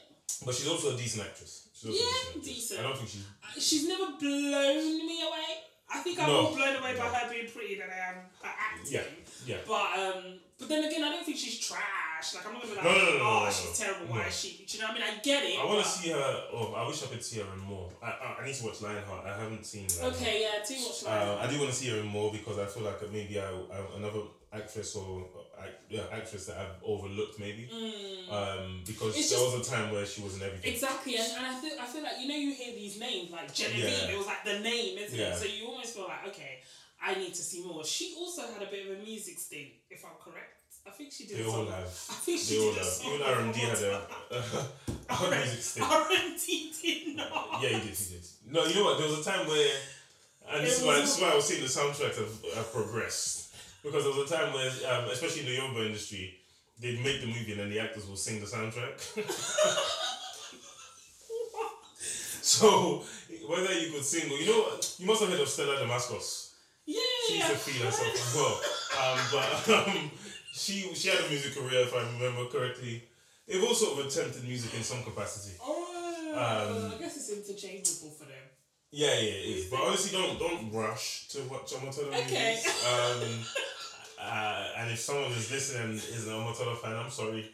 but she's also a decent actress. She's also a
Yeah,
actress.
decent.
I don't think she's.
Uh, She's never blown me away. I think I'm
No.
more blown away by
No.
her being pretty than I am her acting.
Yeah, yeah.
But um, but then again, I don't think she's trash. Like I'm not gonna be like,
No, no, no, no,
oh,
no,
she's
no.
terrible. Why
No.
is she? Do you know what I mean? I get it.
I want
but-
to see her. Oh, I wish I could see her in more. I, I, I need to watch Lionheart. I haven't seen. Lionheart.
Okay, yeah, too much like.
Uh, I do want to see her in more because I feel like maybe I, I another actress or uh, act- yeah, actress that I've overlooked maybe.
Mm.
Um, because
It's
there
just-
was a time where she was in everything.
Exactly, and, and I feel I feel like you know you hear these names like Genevieve.
Yeah.
It was like the name, isn't
Yeah.
it? So you almost feel like okay, I need to see more. She also had a bit of a music thing, if I'm correct. I think she did.
They all
something.
have.
I think she
They all
did. a
have.
song
Even
with
R and D had a
Omotola.
a music stick.
R and D did not.
Yeah, he did. He did. No, you know what? There was a time where, and this
It
is why
was-
this is why I was saying the soundtracks have, have progressed because there was a time where, um, especially in the Yoruba industry, they'd make the movie and then the actors will sing the soundtrack. so whether you could sing, or you know, what? you must have heard of Stella Damascus.
Yeah.
She used to feed herself as well. Um, but um, she she had a music career, if I remember correctly. They've all sort of attempted music in some capacity.
Oh,
Um,
I guess it's interchangeable for them.
Yeah, yeah, it is. But honestly, don't don't rush to watch Omotola movies.
Okay.
Um, uh, and if someone is listening and is an Omotola fan, I'm sorry,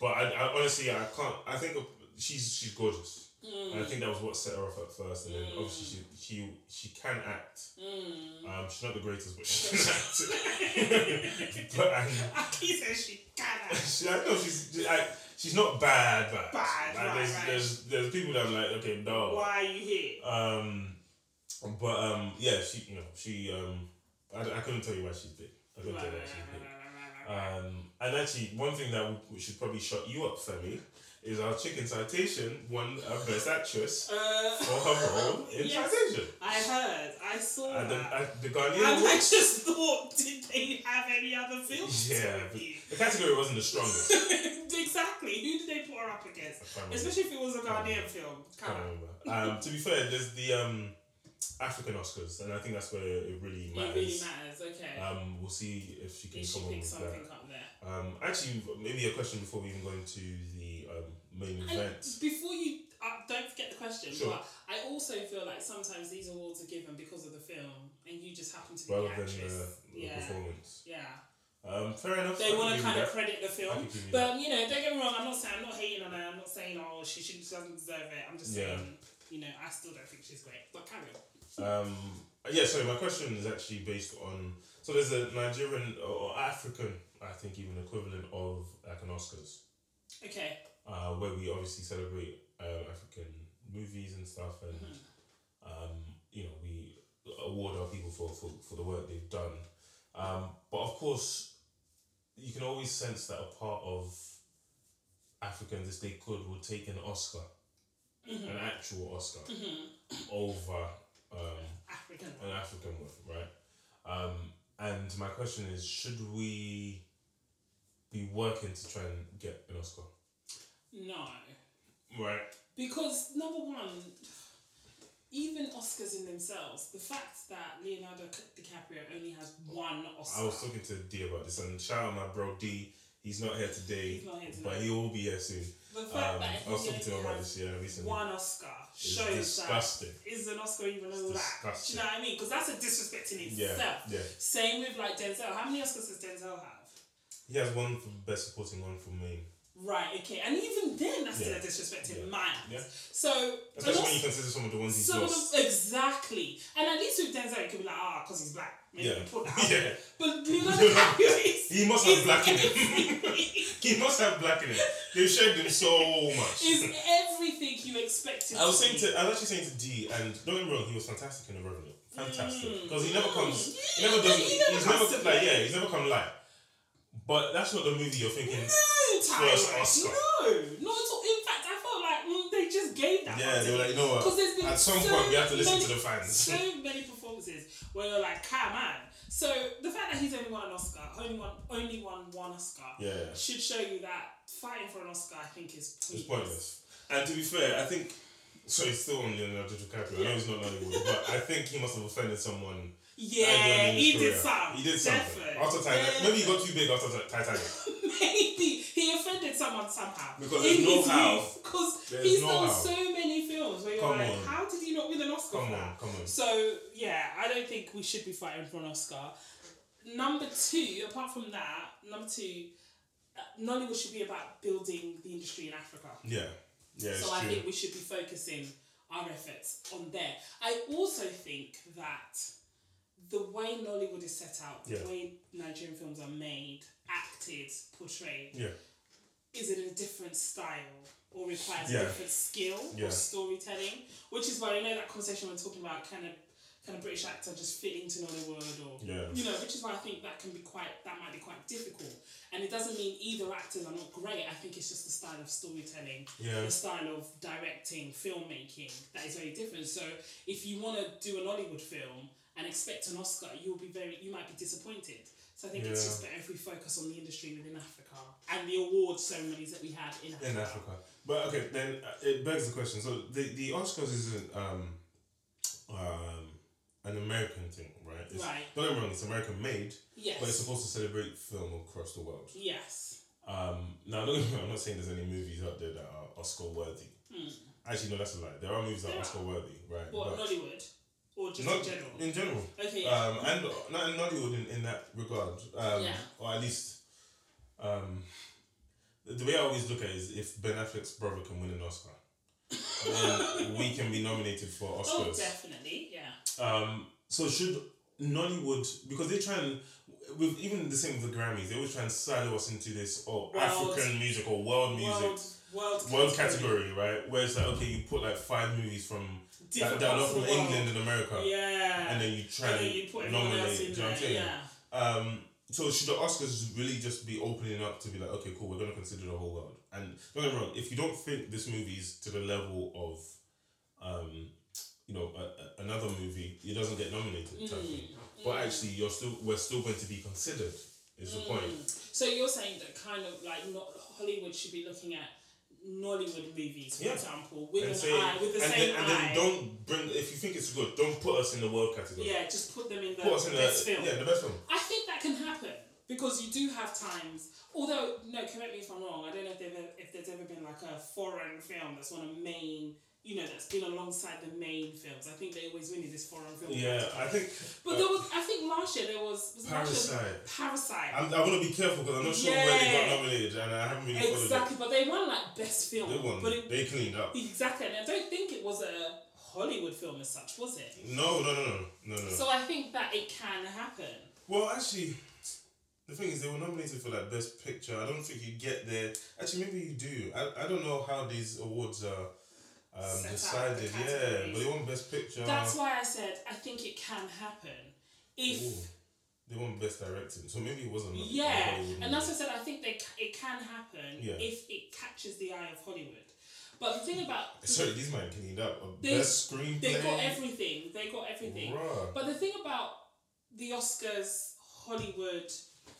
but I, I honestly I can't. I think she's she's gorgeous.
Hmm,
And I
Mm.
think that was what set her off at first, and then obviously she she she can act.
hmm.
Um, she's not the greatest, but she can act. but I,
Aki says she got it.
she, I know she's I, she's not bad, bad.
Bad,
Like,
right,
there's,
right.
there's there's people that I'm like, okay, no.
Why are you here?
Um, but um, yeah, she you know she um, I, I couldn't tell you why she's big. I couldn't tell you why she's big. Um, and actually, one thing that we should probably shut you up, Femi, is our chicken citation won a best actress
Uh,
for her role in
Yes.
citation.
I heard. I saw
And the,
that.
and the
And I
Ghanaian.
just thought, did they have any other films?
Yeah,
to
but
review?
the category wasn't the strongest.
exactly. Who did they put her up against?
I can't remember.
Especially if it was a Ghanaian film. Come
Can't
on.
remember. Um, to be fair, there's the um, African Oscars, and I think that's where it really
It
matters.
really matters. Okay.
Um, we'll see if she can
if she
come on
picks
with
something
that.
up there.
Um, actually, maybe a question before we even go into the um, main
And
event.
before you, uh, don't forget the question.
Sure.
But I also feel like sometimes these awards are given because of the film, and you just happen to be
rather
the
than
actress.
the, the
yeah.
performance.
Yeah.
Um, fair enough. I
They
can
want
give
to
you
kind of
that.
credit the
I
film.
can give you that.
But you know, don't get me wrong. I'm not saying I'm not hating on her. I'm not saying oh she should she doesn't deserve it. I'm just
Yeah.
saying you know I still don't think she's great. But carry on.
Um, yeah, sorry, my question is actually based on. So there's a Nigerian or African, I think, even equivalent of like an Oscars,
Okay.
uh, where we obviously celebrate um, African movies and stuff, and
Mhm.
um, you know we award our people for, for, for the work they've done. Um, but of course, you can always sense that a part of Africans, if they could, would take an Oscar, an actual Oscar, over um,
African.
an African one, right? Um, and my question is, should we be working to try and get an Oscar?
No,
Right.
because number one, even Oscars in themselves, the fact that Leonardo Di- DiCaprio only has one Oscar.
I was talking to D about this, and shout out my bro D. He's not here today,
He's not here
but
today.
he will be here soon.
the fact
Um,
that
I
he
was talking to him
only
about
has
this yeah recently.
one Oscar
It's
shows
disgusting.
that is an Oscar even all that? Do
disgusting.
you know what I mean? Because that's a disrespect in
Yeah,
itself.
yeah.
Same with like Denzel. How many Oscars does Denzel have?
He has one for best supporting, one for me.
Right, okay. And even then, that's still
Yeah.
a disrespect in
Yeah.
my eyes.
Yeah.
So,
Especially
an
when you
Oscar-
consider some of the ones he's
Some of
lost.
them, exactly. And at least with Denzel, it could be like, ah, because he's black. Maybe
Yeah.
we put that out
Yeah.
there. But Leonardo DiCaprio is.
He must
is
have black in him.
everything-
he must have black in him. They've showed him so much.
Is everything you expected.
I was saying to, I was actually saying to D, and don't get me wrong, he was fantastic in the revenue. Fantastic. Because he never comes, he never does,
Mm. He never
he's
comes
never,
to
like,
play.
yeah, he's never come live. But that's not the movie you're thinking.
No,
First
Tyler.
Oscar.
No, not at all. In fact, I felt like mm, they just gave that.
Yeah, they were like, you know
Because
what?
there's been
At some
so
point, we have to listen
many-
to the fans.
so many performances where you're like, come on. So the fact that he's only won an Oscar, only won, only won one Oscar,
Yeah.
should show you that fighting for an Oscar, I think, is
It's pointless. And to be fair, I think so. He's still on Leonardo DiCaprio. I know he's not Nollywood, but I think he must have offended someone. early
Yeah,
on in his
he did
career.
some.
He did something
Definitely.
after Titanic.
Yeah.
Maybe he got too big after Ti- Titanic.
Maybe he offended someone somehow.
Because there's no how.
Because
There's
he's
no
done
how.
so many films where you're
Come
like,
on.
how did he not win an Oscar
Come
for
on,
that?
come on.
So yeah, I don't think we should be fighting for an Oscar. Number two, apart from that, number two, uh, Nollywood should be about building the industry in Africa.
Yeah, yeah, it's
so I
true.
think we should be focusing our efforts on there. I also think that the way Nollywood is set out,
Yeah.
the way Nigerian films are made, acted, portrayed,
yeah,
is in a different style or requires
Yeah.
a different skill
Yeah.
or storytelling, which is why I know that conversation we're talking about kind of kind of British actor just fit into Nollywood or
Yeah.
you know, which is why I think that can be quite that might be quite difficult. And it doesn't mean either actors are not great. I think it's just the style of storytelling,
Yeah.
the style of directing, filmmaking that is very different. So if you want to do a Nollywood film and expect an Oscar, you'll be very you might be disappointed. So I think it's
Yeah.
just better if we focus on the industry within Africa and the award ceremonies that we had in Africa.
in Africa. But okay, then uh, it begs the question. So the the Oscars isn't um um an American thing, right? It's,
Right.
Don't get me wrong, it's American made,
Yes.
but it's supposed to celebrate film across the world.
yes.
Um, now, don't get me wrong, I'm not saying there's any movies out there that are Oscar worthy. Actually, no, that's a lie. There are movies that are
Hmm. There are.
Oscar worthy, right?
What
but
Nollywood or just
not
in general?
In general.
Okay. yeah.
Um, and not in Nollywood in, in that regard. Um,
Yeah.
Or at least, um, the, the way I always look at it is if Ben Affleck's brother can win an Oscar, then we can be nominated for
oh,
Oscars.
definitely. Yeah.
Um, so should Nollywood because they try and with even the same with the Grammys, they always try and silo us into this oh
World.
African music or world music.
World. World.
World category, right? Where it's like okay, you put like five movies from that,
Different
that are not
parts
from
of the world.
England and America,
Yeah.
and then you try
And then
and
you put everyone else
nominate. Do
in
you know what
there.
I'm saying?
Yeah.
Um, so should the Oscars really just be opening up to be like, okay, cool, we're gonna consider the whole world? And don't get me wrong, if you don't think this movie is to the level of, um, you know, a, a- another movie, it doesn't get nominated. type thing. But actually, you're still we're still going to be considered. Is the point?
So you're saying that kind of like not Hollywood should be looking at Nollywood movies, for
Yeah.
example, with an
And say,
eye, with the
and,
same
then, and
eye.
then don't bring if you think it's good, don't put us in the world category.
yeah, just put them in the
Put us in the
best film.
yeah the best film.
I think that can happen because you do have times. Although, no, correct me if I'm wrong. I don't know if, they've ever, if there's ever been like a foreign film that's one of main, you know, that's been alongside the main films. I think they always win in this foreign film.
Yeah, I think.
But
uh,
there was, I think last year there was, was it last year?
Parasite.
Parasite.
I'm, I want to be careful because I'm not sure where they
Yeah.
got nominated, and I haven't really followed
exactly, but they won like best
it.
film.
They won.
But it,
they cleaned up.
exactly, and I don't think it was a Hollywood film as such, was it?
No, no, no, no, no, no.
So I think that it can happen.
well, actually, the thing is, they were nominated for like best picture. I don't think you get there. Actually, maybe you do. I, I don't know how these awards are um,
Set out,
decided.
the
Yeah,
categories.
but they won best picture.
That's why I said I think it can happen if.
Ooh, they won best directing, so maybe it wasn't. a
Yeah,
Hollywood
and that's
movie.
what I said. I think they ca- it can happen
Um, Yeah.
if it catches the eye of Hollywood. But the thing about
Sorry, these might cleaned up. A
They-
best screenplay.
they got everything. They got everything.
Bruh.
But the thing about the Oscars, Hollywood,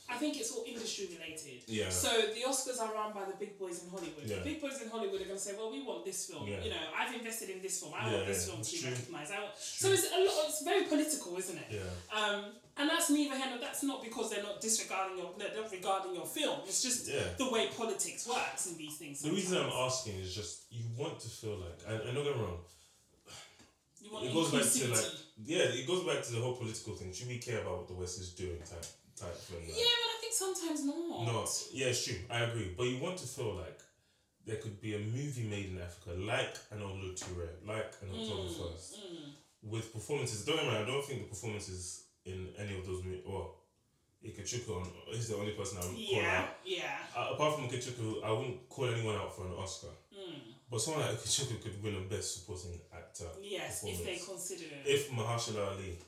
I think it's all industry related.
Yeah.
So the Oscars are run by the big boys in Hollywood.
Yeah.
The big boys in Hollywood are going to say, "Well, we want this film.
Yeah.
You know, I've invested in this film. I
Yeah,
want this
yeah,
film
that's
to be
true.
recognised. I want... So it's a lot. It's very political, isn't it?
Yeah.
Um, and that's neither here nor that's not because they're not disregarding your they're not regarding your film. It's just
Yeah.
the way politics works in these things.
The reason I'm
sometimes.
asking is just you want to feel like I, I know I'm wrong.
you want
It goes back to like
inclusivity.
yeah, it goes back to the whole political thing. Should we care about what the West is doing type type thing?
yeah,
like-
but I think sometimes not.
No, yeah, it's true. I agree, but you want to feel like there could be a movie made in Africa, like an Olu Touré, like an October
Mm,
First, with performances. Don't get me wrong, I don't think the performances in any of those movies. Well, Ikechukwu on is the only person I would call
Yeah,
out.
yeah.
Uh, apart from Ikechukwu, I wouldn't call anyone out for an Oscar.
Mm.
But someone like Ikechukwu could win a Best Supporting Actor.
Yes, if they
performance.
consider it.
If Mahershala Ali,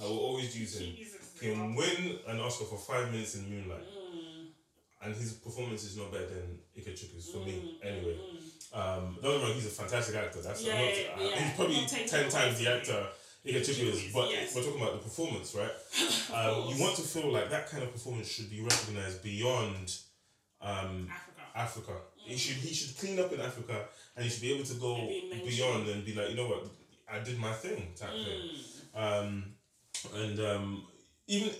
I will always use him,
Jesus.
can win an Oscar for five minutes in Moonlight,
Mm,
and his performance is not better than Ikechukwu's for me.
mm,
Anyway,
mm.
um, don't get me wrong, he's a fantastic actor. That's
Yeah,
not,
yeah,
uh,
yeah.
he's probably
Not taking
ten
away
times the
from
actor Ikechukwu is,
Ikechukwu is,
but
yes.
we're talking about the performance, right? Um,
mm. course.
you want to feel like that kind of performance should be recognized beyond. Um,
Africa.
Africa. He should he should clean up in Africa and he should be able to go
And be mainstream.
beyond and be like, you know what, I did my thing type thing.
Mm.
Um and um even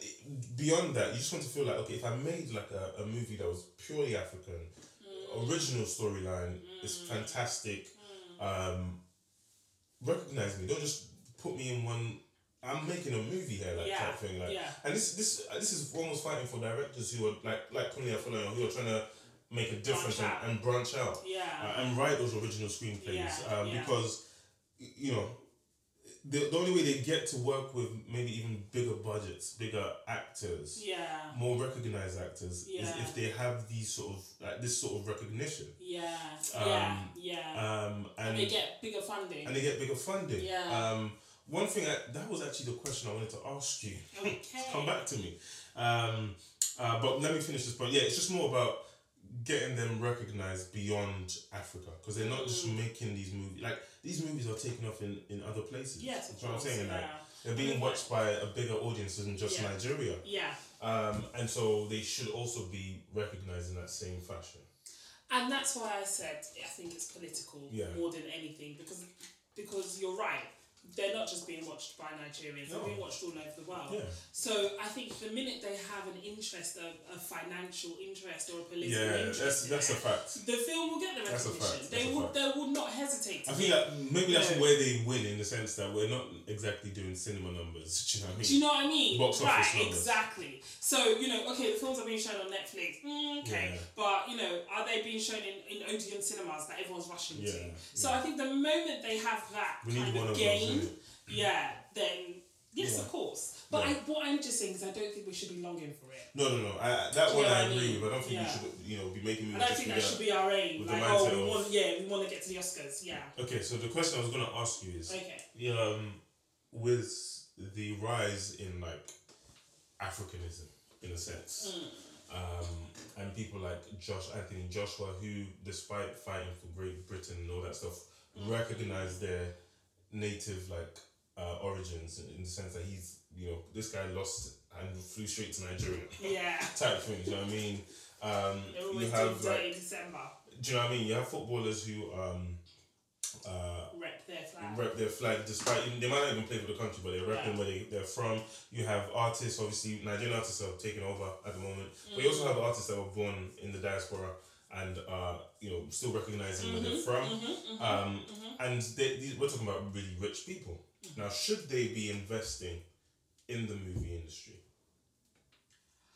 beyond that, you just want to feel like okay, if I made like a, a movie that was purely African,
Mm.
original storyline, it's fantastic. Um, recognize me. Don't just put me in one. I'm making a movie here, like
Yeah,
type thing, like.
yeah.
And this this uh, this is almost fighting for directors who are like like Kunle Afolayan who are trying to make a difference
Branch out.
and, and branch out
Yeah.
uh, and write those original screenplays
Yeah,
um,
yeah.
because y- you know the, the only way they get to work with maybe even bigger budgets, bigger actors,
yeah.
more recognized actors
Yeah.
is if they have these sort of like this sort of recognition.
Yeah.
Um,
Yeah. Yeah.
Um, and
they get bigger funding.
and they get bigger funding.
Yeah.
Um, one thing I, that was actually the question I wanted to ask you.
Okay.
Come back to me. Um, uh, but let me finish this point. Yeah, it's just more about getting them recognized beyond Africa because they're not
Mm.
just making these movies. Like these movies are taking off in, in other places.
yes,
that's
of
what I'm
course.
saying. Like
yeah.
they're being watched by a bigger audience than just
Yeah.
Nigeria,
yeah.
um, and so they should also be recognized in that same fashion.
And that's why I said I think it's political
Yeah.
more than anything because because you're right. They're not just being watched by Nigerians,
No.
they're being watched all over the world.
Yeah.
So I think the minute they have an interest, a, a financial interest or a political
Yeah,
interest,
that's
in
that's a
it,
fact.
the film will get the
That's a
recognition.
fact,
They
that's a
will
fact.
they will not hesitate. to
I think that maybe that's
Yeah.
where they win in the sense that we're not exactly doing cinema numbers. Do you know what I mean?
Do you know what I mean?
Box
right,
office numbers.
exactly. So, you know, okay, the films are being shown on Netflix, mm, okay,
Yeah.
but, you know, are they being shown in, in Odeon cinemas that everyone's rushing to?
Yeah,
So I think the moment they have that
We need
kind
one
of
of those,
game,
innit?
yeah, then yes,
Yeah.
of course. But
Yeah.
I, what I'm just saying is I don't think we should be longing for it.
No, no, no. I, I- that one
Yeah,
I
I
agree
mean,
with. I don't think
yeah.
you should, you know, be making
I
movies.
don't
just for
think that
that.
should be our aim.
with the
Like, oh,
mindset
we
of-
want, yeah, we want to get to the Oscars. Yeah.
Okay, so the question I was gonna ask you is,
Okay.
yeah, um, with the rise in like Africanism, in a sense.
Mm.
Um, and people like Josh Anthony Joshua, who, despite fighting for Great Britain and all that stuff,
Mm.
recognize their native like uh, origins in, in the sense that he's you know this guy lost and flew straight to Nigeria
Yeah.
type thing. Do you know what I mean?
They
Um, you
always
have
do dirty
like,
December.
do you know what I mean? You have footballers who um, uh,
Rep their flag.
rep their flag despite they might not even play for the country, but they're repping where they, they're from. You have artists, obviously Nigerian artists are taking over at the moment, but
Mm.
you also have artists that were born in the diaspora and are you know still recognizing where they're from.
Mm-hmm,
Um, And they, these, we're talking about really rich people.
Mm-hmm.
Now, should they be investing in the movie industry?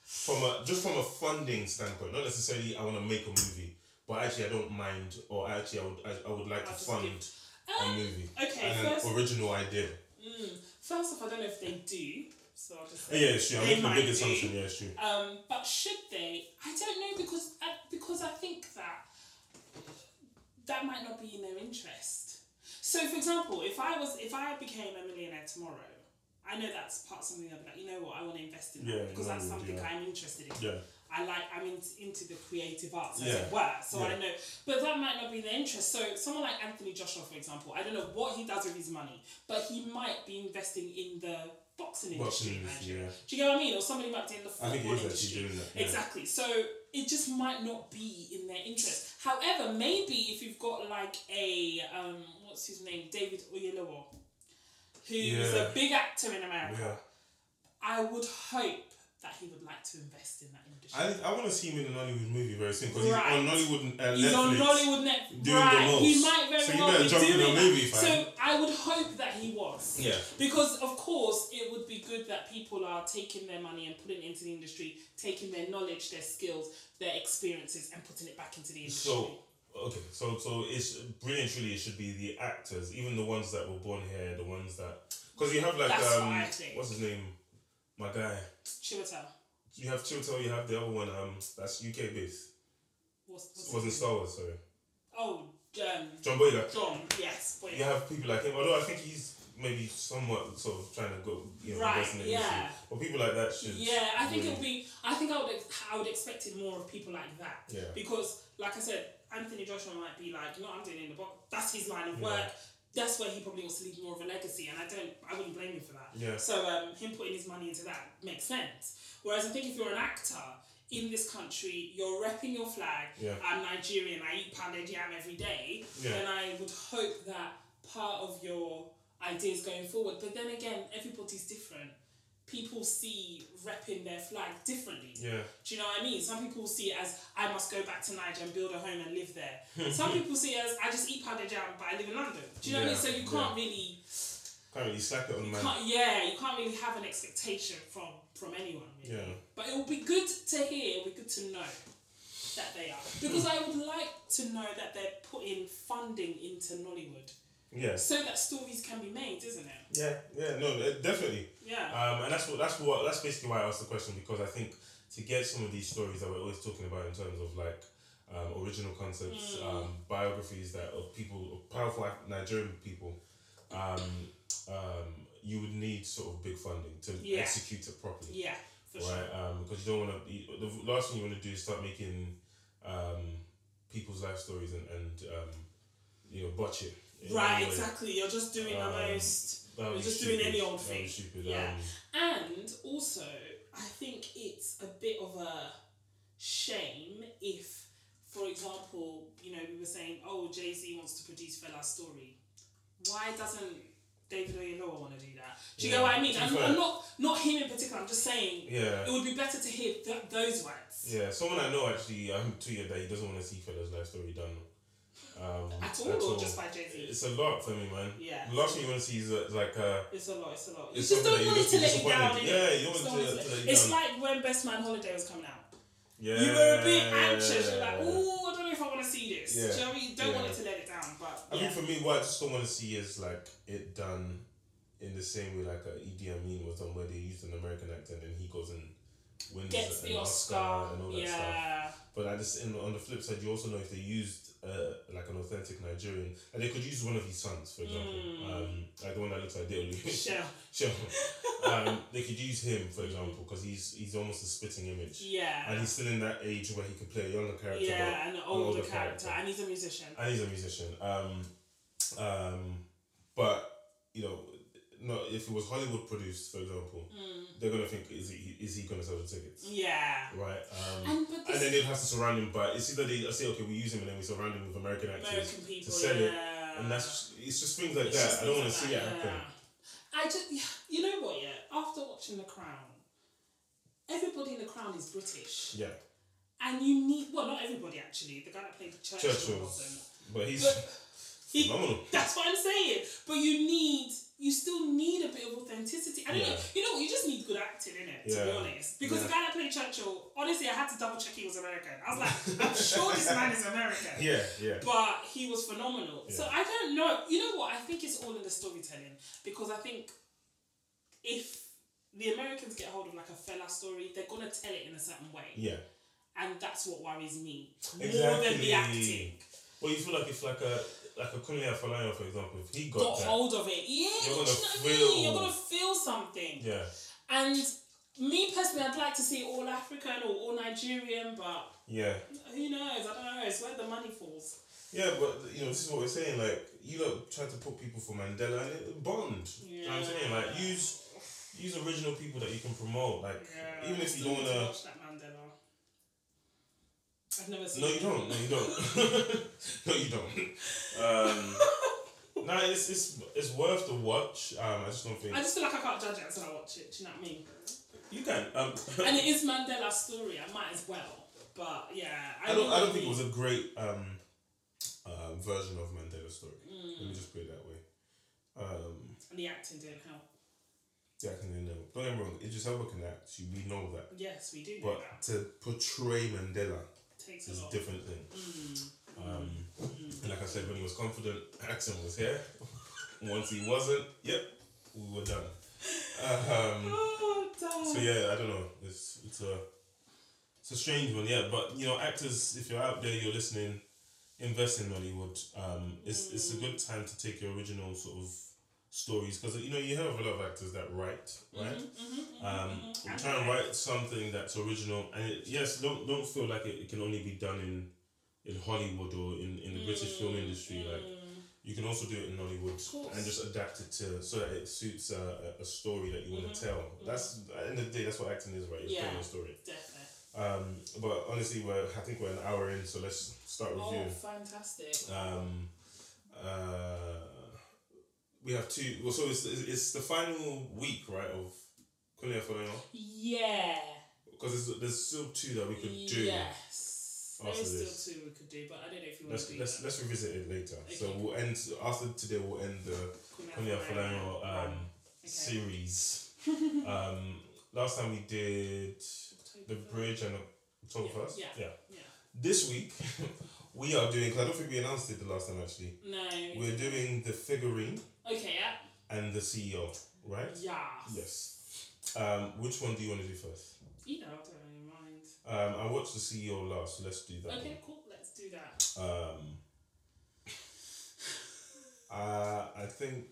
From a, just from a funding standpoint, not necessarily I want to make a movie, but actually I don't mind, or actually I would I, I would like
I'll
to
just
fund
give-
a
Um,
movie.
okay,
and
first-
an original idea.
first off, I don't know if they do. So I'll just.
Uh, Yeah, it's true. I'm
They
making a
might
big
be.
assumption. Yeah, it's true.
Um, but should they? I don't know because uh, because I think that that might not be in their interest. So, for example, if I was if I became a millionaire tomorrow, I know that's part of something I'd be like, you know what, I want to invest in that
Yeah,
because
no,
that's
you would do
something
that.
I'm interested in.
Yeah,
I like I'm in, into the creative arts as
Yeah.
it were, so I
Yeah.
know. But that might not be their interest. So someone like Anthony Joshua, for example, I don't know what he does with his money, but he might be investing in the
Boxing
boxing industry. in
industry,
Nigeria.
yeah.
Do you get what I mean? Or somebody might be in the
I
football
think it is
industry.
actually doing that. Yeah.
Exactly. So it just might not be in their interest. However, maybe if you've got like a um, what's his name, David Oyelowo, who's
Yeah.
a big actor in America,
Yeah,
I would hope that he would like to invest in that industry.
I, I want to see him in an Hollywood movie very soon because
Right.
he's on Nollywood. Uh,
He's
Netflix.
on Nollywood Netflix.
doing the
Right. He
most.
might very
So you
well
better
be
jump in
doing
a
that.
movie, fam.
So I would hope that he was.
Yeah.
Because of course it would be good that people are taking their money and putting it into the industry, taking their knowledge, their skills, their experiences and putting it back into the industry.
So okay, so so it's brilliant. Really, it should be the actors, even the ones that were born here, the ones that because you have like
That's what
um,
I think.
what's his name, my guy.
Chiwetel.
You have Chilto, you have the other one. Um, that's UK based.
What's, what's
It wasn't
his-
Star Wars, sorry.
Oh, um,
John Boyega.
John. Yes. Boy.
you have people like him, although I think he's maybe somewhat sort of trying to go, you know,
Right,
invest in the
yeah.
industry. But people like that should.
Yeah, I think
really-
it would be. I think I would. ex- I would expect it more of people like that.
Yeah.
Because, like I said, Anthony Joshua might be like, you know, what I'm doing in the box. That's his line of
Yeah.
work. That's where he probably wants to leave more of a legacy, and I don't. I wouldn't blame him for that.
Yeah.
So um, him putting his money into that makes sense. Whereas I think if you're an actor in this country, you're repping your flag.
Yeah.
I'm Nigerian. I eat pounded yam every day.
Yeah.
And I would hope that part of your ideas going forward. But then again, everybody's different. People see repping their flag differently.
Yeah.
Do you know what I mean? Some people see it as I must go back to Niger and build a home and live there. Some people see it as I just eat pounded jam but I live in London. Do you know what I mean?
Yeah,
So you
yeah.
can't really
Can't really slack it on man.
can't, yeah, you can't really have an expectation from from anyone. Really.
Yeah.
But it would be good to hear. It would be good to know that they are because I would like to know that they're putting funding into Nollywood
Yes.
so that stories can be made, isn't it?
Yeah, yeah, no, uh, definitely.
Yeah.
Um, and that's what that's what that's basically why I asked the question because I think to get some of these stories that we're always talking about in terms of like um, original concepts,
Mm.
um, biographies that of people, of powerful Af- Nigerian people, um, um, you would need sort of big funding to
Yeah.
execute it properly.
yeah. For sure.
right? Um, because you don't want to. The last thing you want to do is start making um, people's life stories and, and um, you know botch it. in any
Right,
way.
exactly. You're just doing
Um,
the most.
That would
You're
be
just doing any old
That would be
thing.
Stupid.
Yeah.
Um,
And also, I think it's a bit of a shame if, for example, you know, we were saying, oh, Jay Z wants to produce Fella's story. Why doesn't David Oyelowo want to do that? Do you
Yeah.
know what I mean?
To be
I'm,
fair.
I'm not not him in particular. I'm just saying
yeah.
it would be better to hear th- those words.
Yeah, someone I know actually um, tweeted that he doesn't want to see Fella's life story done. Um,
At all, or just by Jay Z?
It's a lot for me, man.
Yeah.
The last thing you want to see is uh, like uh,
It's a lot. It's a lot. You
It's
just
something
don't
that
want
you
it to
just
let
be
you down.
disappointed.
innit?
Yeah, you don't
Just
want
don't
it to-
want
to let you
It's
down.
like when Best Man Holiday was coming out.
yeah.
You were a bit anxious. You're like, oh, I don't know if I want to see this.
Yeah.
Do you know what I mean? Don't want
Yeah.
it to let it down, but
I
yeah.
mean, for me, what I just don't want to see is like it done in the same way like uh, Idi Amin was done, where they used an American actor and then he goes and wins
Gets
an
the Oscar.
and all that stuff.
Yeah.
But at this, in, on the flip side, you also know if they used uh, like an authentic Nigerian, and they could use one of his sons, for example,
Mm.
um, like the one that looks like Deolu.
Shell.
sure. Um, they could use him, for example, because he's he's almost a spitting image, and
Hmm. Yeah.
he's still in that age where he could play a younger character.
Yeah, and an older
older character.
character. And he's a musician.
but- and he's a musician. Um, um, but you know, no, if it was Hollywood produced, for example,
Mm.
they're gonna think is he is he gonna sell the tickets,
Yeah.
right? Um,
And but
and then
this
they'd have to surround him by it's either they say okay we use him and then we surround him with American actors
American people,
sell it,
yeah.
and that's it's just things like
It's
that
just
I don't
things
want to
like
see it
that,
happen
yeah. I just, yeah, you know what? Yeah, after watching The Crown, everybody in The Crown is British,
yeah
and you need well, not everybody actually. The guy that played Churchill, wasn't.
Churchill's but he's
But he,
phenomenal
that's what I'm saying. But you need, you still need a bit of authenticity. I don't know.
Yeah.
You know what? You just need good acting in it, to be
Yeah.
honest. Because
Yeah.
the guy that played Churchill, honestly, I had to double check he was American. I was like, I'm sure this man is American
yeah yeah
but he was phenomenal. So
Yeah.
I don't know. You know what? I think it's all in the storytelling because I think if the Americans get hold of like a fella story, they're gonna tell it in a certain way,
yeah
and that's what worries me more than the
Exactly.
acting.
well you feel like if like a like a Kunle Afolayan for example if he got
Got
that
hold of it, yeah.
You're
do you know
gonna
what I mean? You're
feel-
gonna feel something.
yeah
And me personally, I'd like to see all African or all Nigerian, but
yeah
who knows? I don't know. It's where the money falls.
yeah but you know this is what we're saying like you lot try to put people for Mandela and it bond you know what I'm saying like
Yeah.
use use original people that you can promote like
Yeah,
even
I
if you
still
don't
need
want
to
to
watch that Mandela. I've never seen.
No,
it.
you don't. No, you don't. no, you don't. Um, no, it's, it's it's worth the watch. Um, I just don't think
I just feel like I can't judge it until I watch it. Do you know what I mean?
you can. Um,
and it is Mandela's story. I might as well. But yeah,
I don't. I don't think
really-
it was a great um, um, version of Mandela's story.
Mm.
Let me just put it that way. Um,
And the acting didn't help.
yeah, I can know. Don't get me wrong. Idris Elba can act. she- We know that.
Yes, we do know
But
that.
to portray Mandela
Takes
is a
a lot.
different thing.
Oh. Mm.
Um, and like I said, when he was confident, accent was here. Once he wasn't, yep, we were done. Um,
Oh, damn.
So yeah, I don't know. It's it's a it's a strange one, yeah. But you know, actors, if you're out there, you're listening, invest in Nollywood. Um, it's it's a good time to take your original sort of stories because you know you have a lot of actors that write, right?
Mm-hmm.
Um,
mhm.
try and write something that's original, and it, yes, don't don't feel like it, it can only be done in in Hollywood or in in the British film industry, like.
Mm.
You can also do it in Nollywood
course.
and just adapt it to so that it suits a, a- a story that you want to tell. That's at the end of the day, that's what acting is, right? It's telling
Mm-hmm. Yeah.
a story.
Definitely.
Um, but honestly, we're I think we're an hour in, so let's start
Oh,
reviewing.
fantastic.
Um, uh, we have two. Well, so it's, it's it's the final week, right? Of Kunia Faleno
Yeah.
because there's, there's still two that we could do.
Yes.
after
There's
this.
still two we could do, but I don't know if you want
Let's
to do
let's,
that.
let's revisit it later. So
Okay.
we'll end after today. We'll end the
Queen
Kunia
Afro-Lady.
Faleno.
Right.
Um,
Okay.
series. um, last time we did the bridge and October
Yeah,
first.
yeah. Yeah.
This week we are doing. Cause I don't think we announced it the last time actually.
No.
We're doing the figurine
Okay, yeah.
and the CEO, right?
Yeah.
Yes. Um, which one do you want to do first?
You know, I don't really mind.
Um, I watched the CEO last, so let's do that.
Okay, cool. Let's do that.
One. Um, uh, I think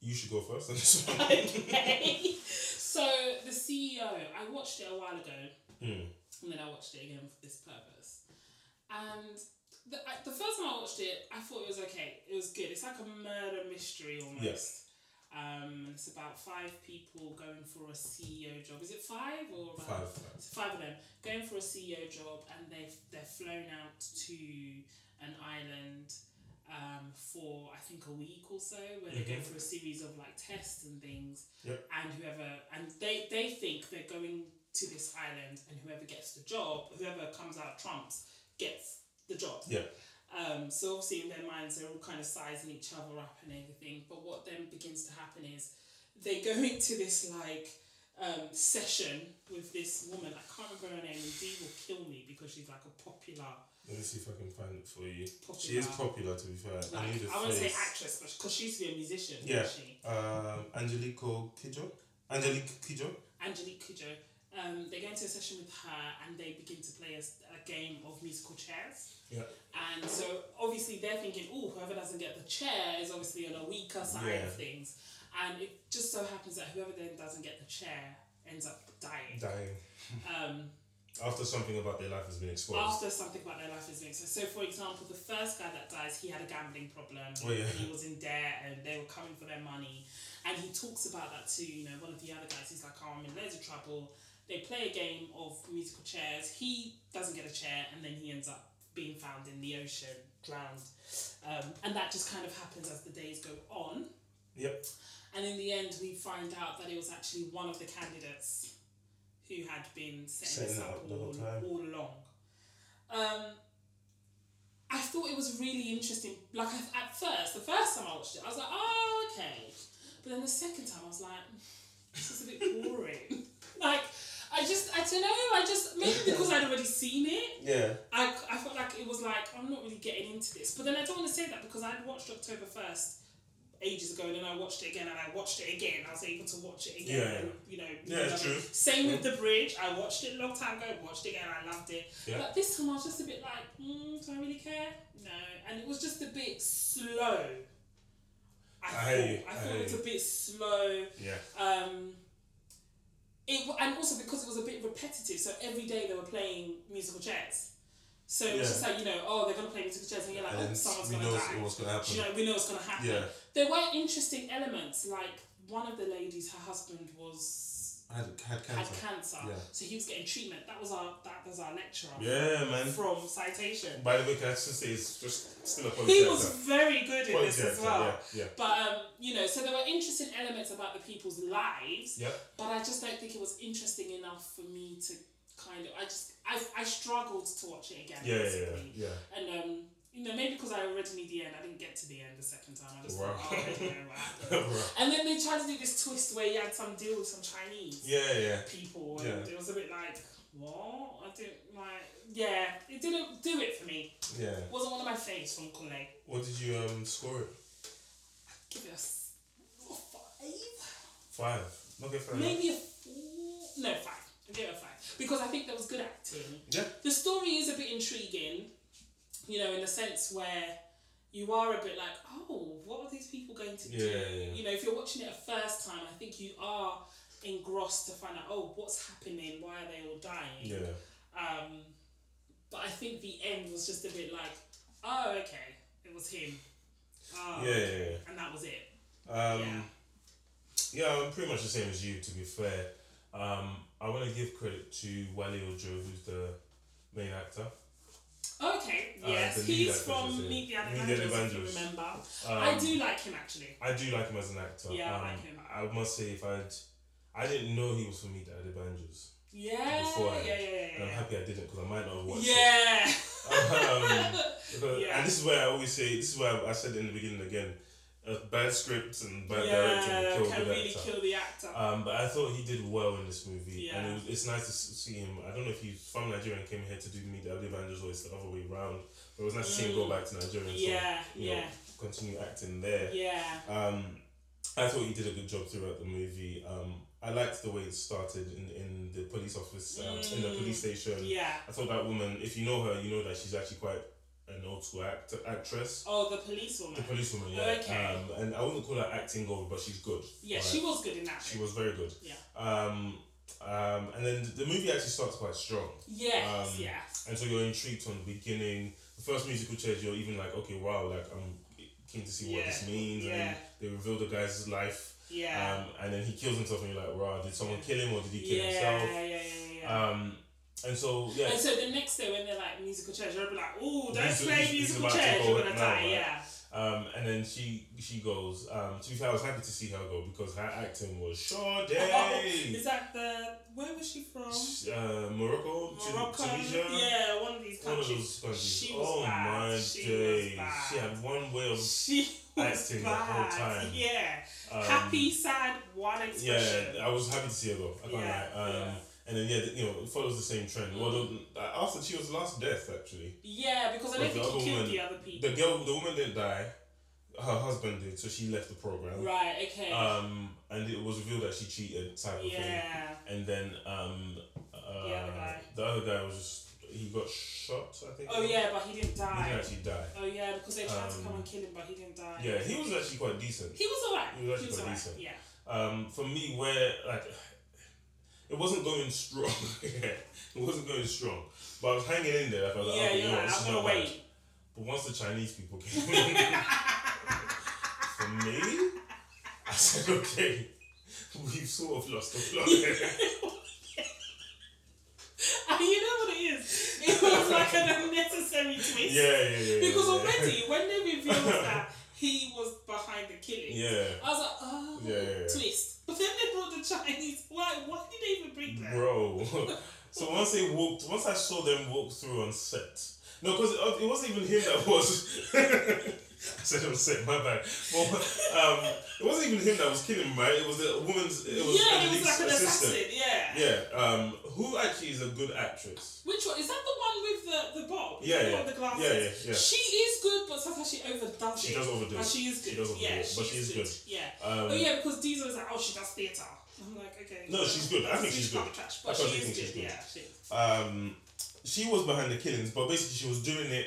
you should go first. on this one.
Okay. so the CEO, I watched it a while ago,
Hmm.
and then I watched it again for this purpose. And the I, the first time I watched it, I thought it was okay. It was good. It's like a murder mystery almost.
Yes.
Um, and it's about five people going for a CEO job. Is it five or about
Five.
So five of them going for a CEO job, and they they're flown out to an island um, for I think a week or so, where they go
Mhm.
for a series of like tests and things.
Yep.
And whoever and they they think they're going to this island, and whoever gets the job, whoever comes out trumps, gets the job.
Yeah.
Um, so obviously in their minds they're all kind of sizing each other up and everything. But what then begins to happen is they go into this like um, session with this woman. I can't remember her name. And Dee will kill me because she's like a popular.
Let me see if I can find it for you.
popular
She is popular, to be fair.
Like,
I knew the
I won't say
face.
actress, but because she used to be a musician,
Yeah.
wasn't she?
Um, Angelico Kidjo. Angelique Kidjo.
Angelique Kidjo. Um, they go into a session with her and they begin to play a, s- a game of musical chairs.
Yeah.
And so obviously they're thinking, oh, whoever doesn't get the chair is obviously on a weaker side
Yeah.
of things. And it just so happens that whoever then doesn't get the chair ends up dying.
Dying.
Um,
After something about their life has been exposed.
after something about their life is being so. So, for example, the first guy that dies, he had a gambling problem.
Oh, yeah.
He was in debt, and they were coming for their money. And he talks about that to you know one of the other guys. He's like, "Oh, I'm in loads of trouble." They play a game of musical chairs. He doesn't get a chair, and then he ends up being found in the ocean, drowned. Um, and that just kind of happens as the days go on.
Yep.
And in the end, we find out that it was actually one of the candidates who had been setting
Setting
this
it
up
up the whole
all,
time.
all along. Um, I thought it was really interesting. Like I, at first, the first time I watched it, I was like, "Oh, okay," but then the second time, I was like, "This is a bit boring." like, I just, I don't know. I just maybe because I'd already seen it.
Yeah.
I, I felt like it was like I'm not really getting into this, but then I don't want to say that because I'd watched October first ages ago, and then I watched it again, and I watched it again. I was able to watch it again,
Yeah.
and, you know.
Yeah, it's
you know.
true.
Same with the bridge. I watched it a long time ago, watched it again, I loved it.
Yeah.
But this time I was just a bit like, mm, do I really care? No, and it was just a bit slow. I,
I hear
thought,
you,
I
I
thought
hear
it was
you.
a bit slow
Yeah.
um, it w- and also because it was a bit repetitive. So every day they were playing musical chairs. So it's
Yeah.
just like you know, oh, they're gonna play musical chairs, and you're like,
And
oh,
then
someone's
we
gonna
know
die.
what's going to happen.
Do you know, we know what's gonna happen.
Yeah.
There were interesting elements, like one of the ladies, her husband was
I had, had cancer.
had cancer,
Yeah.
so he was getting treatment. That was our that was our lecturer
yeah, man.
from citation.
By the way, can I just say it's just still a police
He
actor.
was very good in
Police
this as
actor,
well.
Yeah, yeah.
But um, you know, so there were interesting elements about the people's lives.
Yep.
But I just don't think it was interesting enough for me to kind of. I just I, I struggled to watch it again.
Yeah, yeah, yeah,
basically.
yeah.
And um, you know, maybe because I already knew the end, I didn't get to the end the second time. I just
Wow.
thought, oh, you know, wow.
Right.
And then they tried to do this twist where you had some deal with some Chinese
yeah, yeah.
people, and
Yeah.
it was a bit like. What I didn't like, yeah, it didn't do it for me.
Yeah.
It wasn't one of my faves from Kule.
What did you um score it?
Give it a s- five.
Uh-huh. Five. Okay, fair enough.
Maybe a four. No, five. I gave it a five because I think there was good acting.
Yeah.
The story is a bit intriguing, you know, in the sense where you are a bit like, oh, what are these people going to
Yeah,
do?
yeah, yeah.
You know, if you're watching it a first time, I think you are engrossed to find out, oh, what's happening? Why are they all dying?
Yeah.
Um, but I think the end was just a bit like, oh, okay, it was him. Ah,
Yeah, yeah, yeah.
And that was it.
Um,
Yeah.
yeah. I'm pretty much the same as you, to be fair. Um, I want to give credit to Wale Ojo, who's the main actor.
Okay,
Uh,
yes,
the lead
he's
actor, should I
from
say.
Meet the
Meet the
Evangelist, if you
Evangelist.
remember.
Um,
I do like him actually.
I do like him as an actor.
Yeah, I
um,
like him.
I must say, if I'd, I didn't know he was from Meet the Adibanjos.
Yeah,
beforehand.
yeah, yeah,
And I'm
yeah,
happy I didn't because I might not have
yeah.
watched it.
Yeah.
Um, Because-
Yeah.
And this is where I always say, this is where I said in the beginning again, uh, bad scripts and bad
yeah,
directing kill
can
good
really
actor.
kill the actor.
Um, but I thought he did well in this movie, and
Yeah.
it was, it's nice to s- see him. I don't know if he's from Nigeria and came here to do Meet the Other Avengers or it's the other way around, but it was nice to see him go
Mm.
back to Nigeria and sort
yeah,
you
yeah,
of continue acting there.
yeah,
Um, I thought he did a good job throughout the movie. Um, I liked the way it started in, in the police office, um, in the
Mm.
police station.
yeah.
I thought that woman, if you know her, you know that she's actually quite an old school act- actress.
Oh, the police woman.
The police woman, yeah.
Okay.
Um, and I wouldn't call her acting gold, but she's good.
yeah,
right?
she was good in that.
She was very good.
Yeah.
Um, um, and then the movie actually starts quite strong,
Yes,
um,
yeah,
and so you're intrigued from the beginning. The first musical chairs, you're even like, okay, wow, like I'm keen to see what
Yeah.
this means. And then
Yeah.
they reveal the guy's life,
yeah,
um, and then he kills himself, and you're like, wow, did someone kill him or did he kill
yeah,
himself?
yeah, yeah, yeah. yeah.
Um, and so yeah,
and so the next day when they're like musical chairs, you'll be like, oh, don't
Musical-
play
he's
musical
about to
chairs,
go
you're gonna
now,
die.
right?
Yeah,
um, and then she she goes. Um, to be fair, I was happy to see her go because her acting was sure day.
Oh, Is that the where was she from?
Uh, Morocco, Tu-
Morocco.
Tunisia.
Yeah, one of these
One of
countries.
those countries.
She was
oh
bad.
my
She
days.
was bad.
She had one way of
She was
acting the whole
bad.
time.
Yeah,
um,
happy, sad, one expression.
Yeah, I was happy to see her go. I can't lie.
Yeah,
Um,
yeah. Mm-hmm.
And then yeah, you know, it follows the same trend. Well, the, after she was the last death actually,
Yeah, because I don't
With the
think
other
he killed
woman-
the other people.
the girl, the woman didn't die. her husband did, so she left the program.
Right. Okay.
Um, and it was revealed that she cheated, type of thing.
yeah.
And then um, uh,
The other guy.
the other guy was just he got shot. I think.
Oh yeah, but he didn't
He
die.
didn't actually die.
Oh yeah, because they tried to
Um,
come and kill him, but he didn't die.
Yeah, he was actually quite decent.
He was alright.
He was actually quite
alright.
decent.
Yeah.
um, for me where like it wasn't going strong. it wasn't going strong, but I was hanging in there. I felt like,
yeah.
oh, you
You're
know,
like,
this is
I'm gonna
not bad.
wait.
But once the Chinese people came in, for me, I said, okay, we've sort of lost the plot.
And you know what it is? It was like an unnecessary twist.
yeah, yeah, yeah.
Because
yeah.
already when they revealed that he was behind the killing,
Yeah.
I was like, oh,
Yeah, yeah, yeah.
twist. But then they brought the Chinese. Why? Why did they even bring that?
Bro. so once they walked, once I saw them walk through on set, no, because it, it wasn't even him that was. I said on set, my bad. Well, um, it wasn't even him that was killing, right? It was the woman's. It was
yeah, it was
Angelique's
like an
assistant.
assassin. Yeah.
Yeah. Um, who actually is a good actress?
Which one is that? The one with the the bob?
Yeah,
The one
yeah.
with The glasses.
Yeah, yeah, yeah.
She is good, but sometimes she overdoes
She
it.
does overdo
But
it.
she is good.
She does overdo
yeah,
it, but she is good.
Yeah.
Um,
oh yeah, because Diesel is like, oh, she does theatre. I'm like, okay.
No, she's good. I think she's
kind
good.
of Trash,
I
but she
totally
is good.
think she's good.
Yeah, she is.
um, she was behind the killings, but basically she was doing it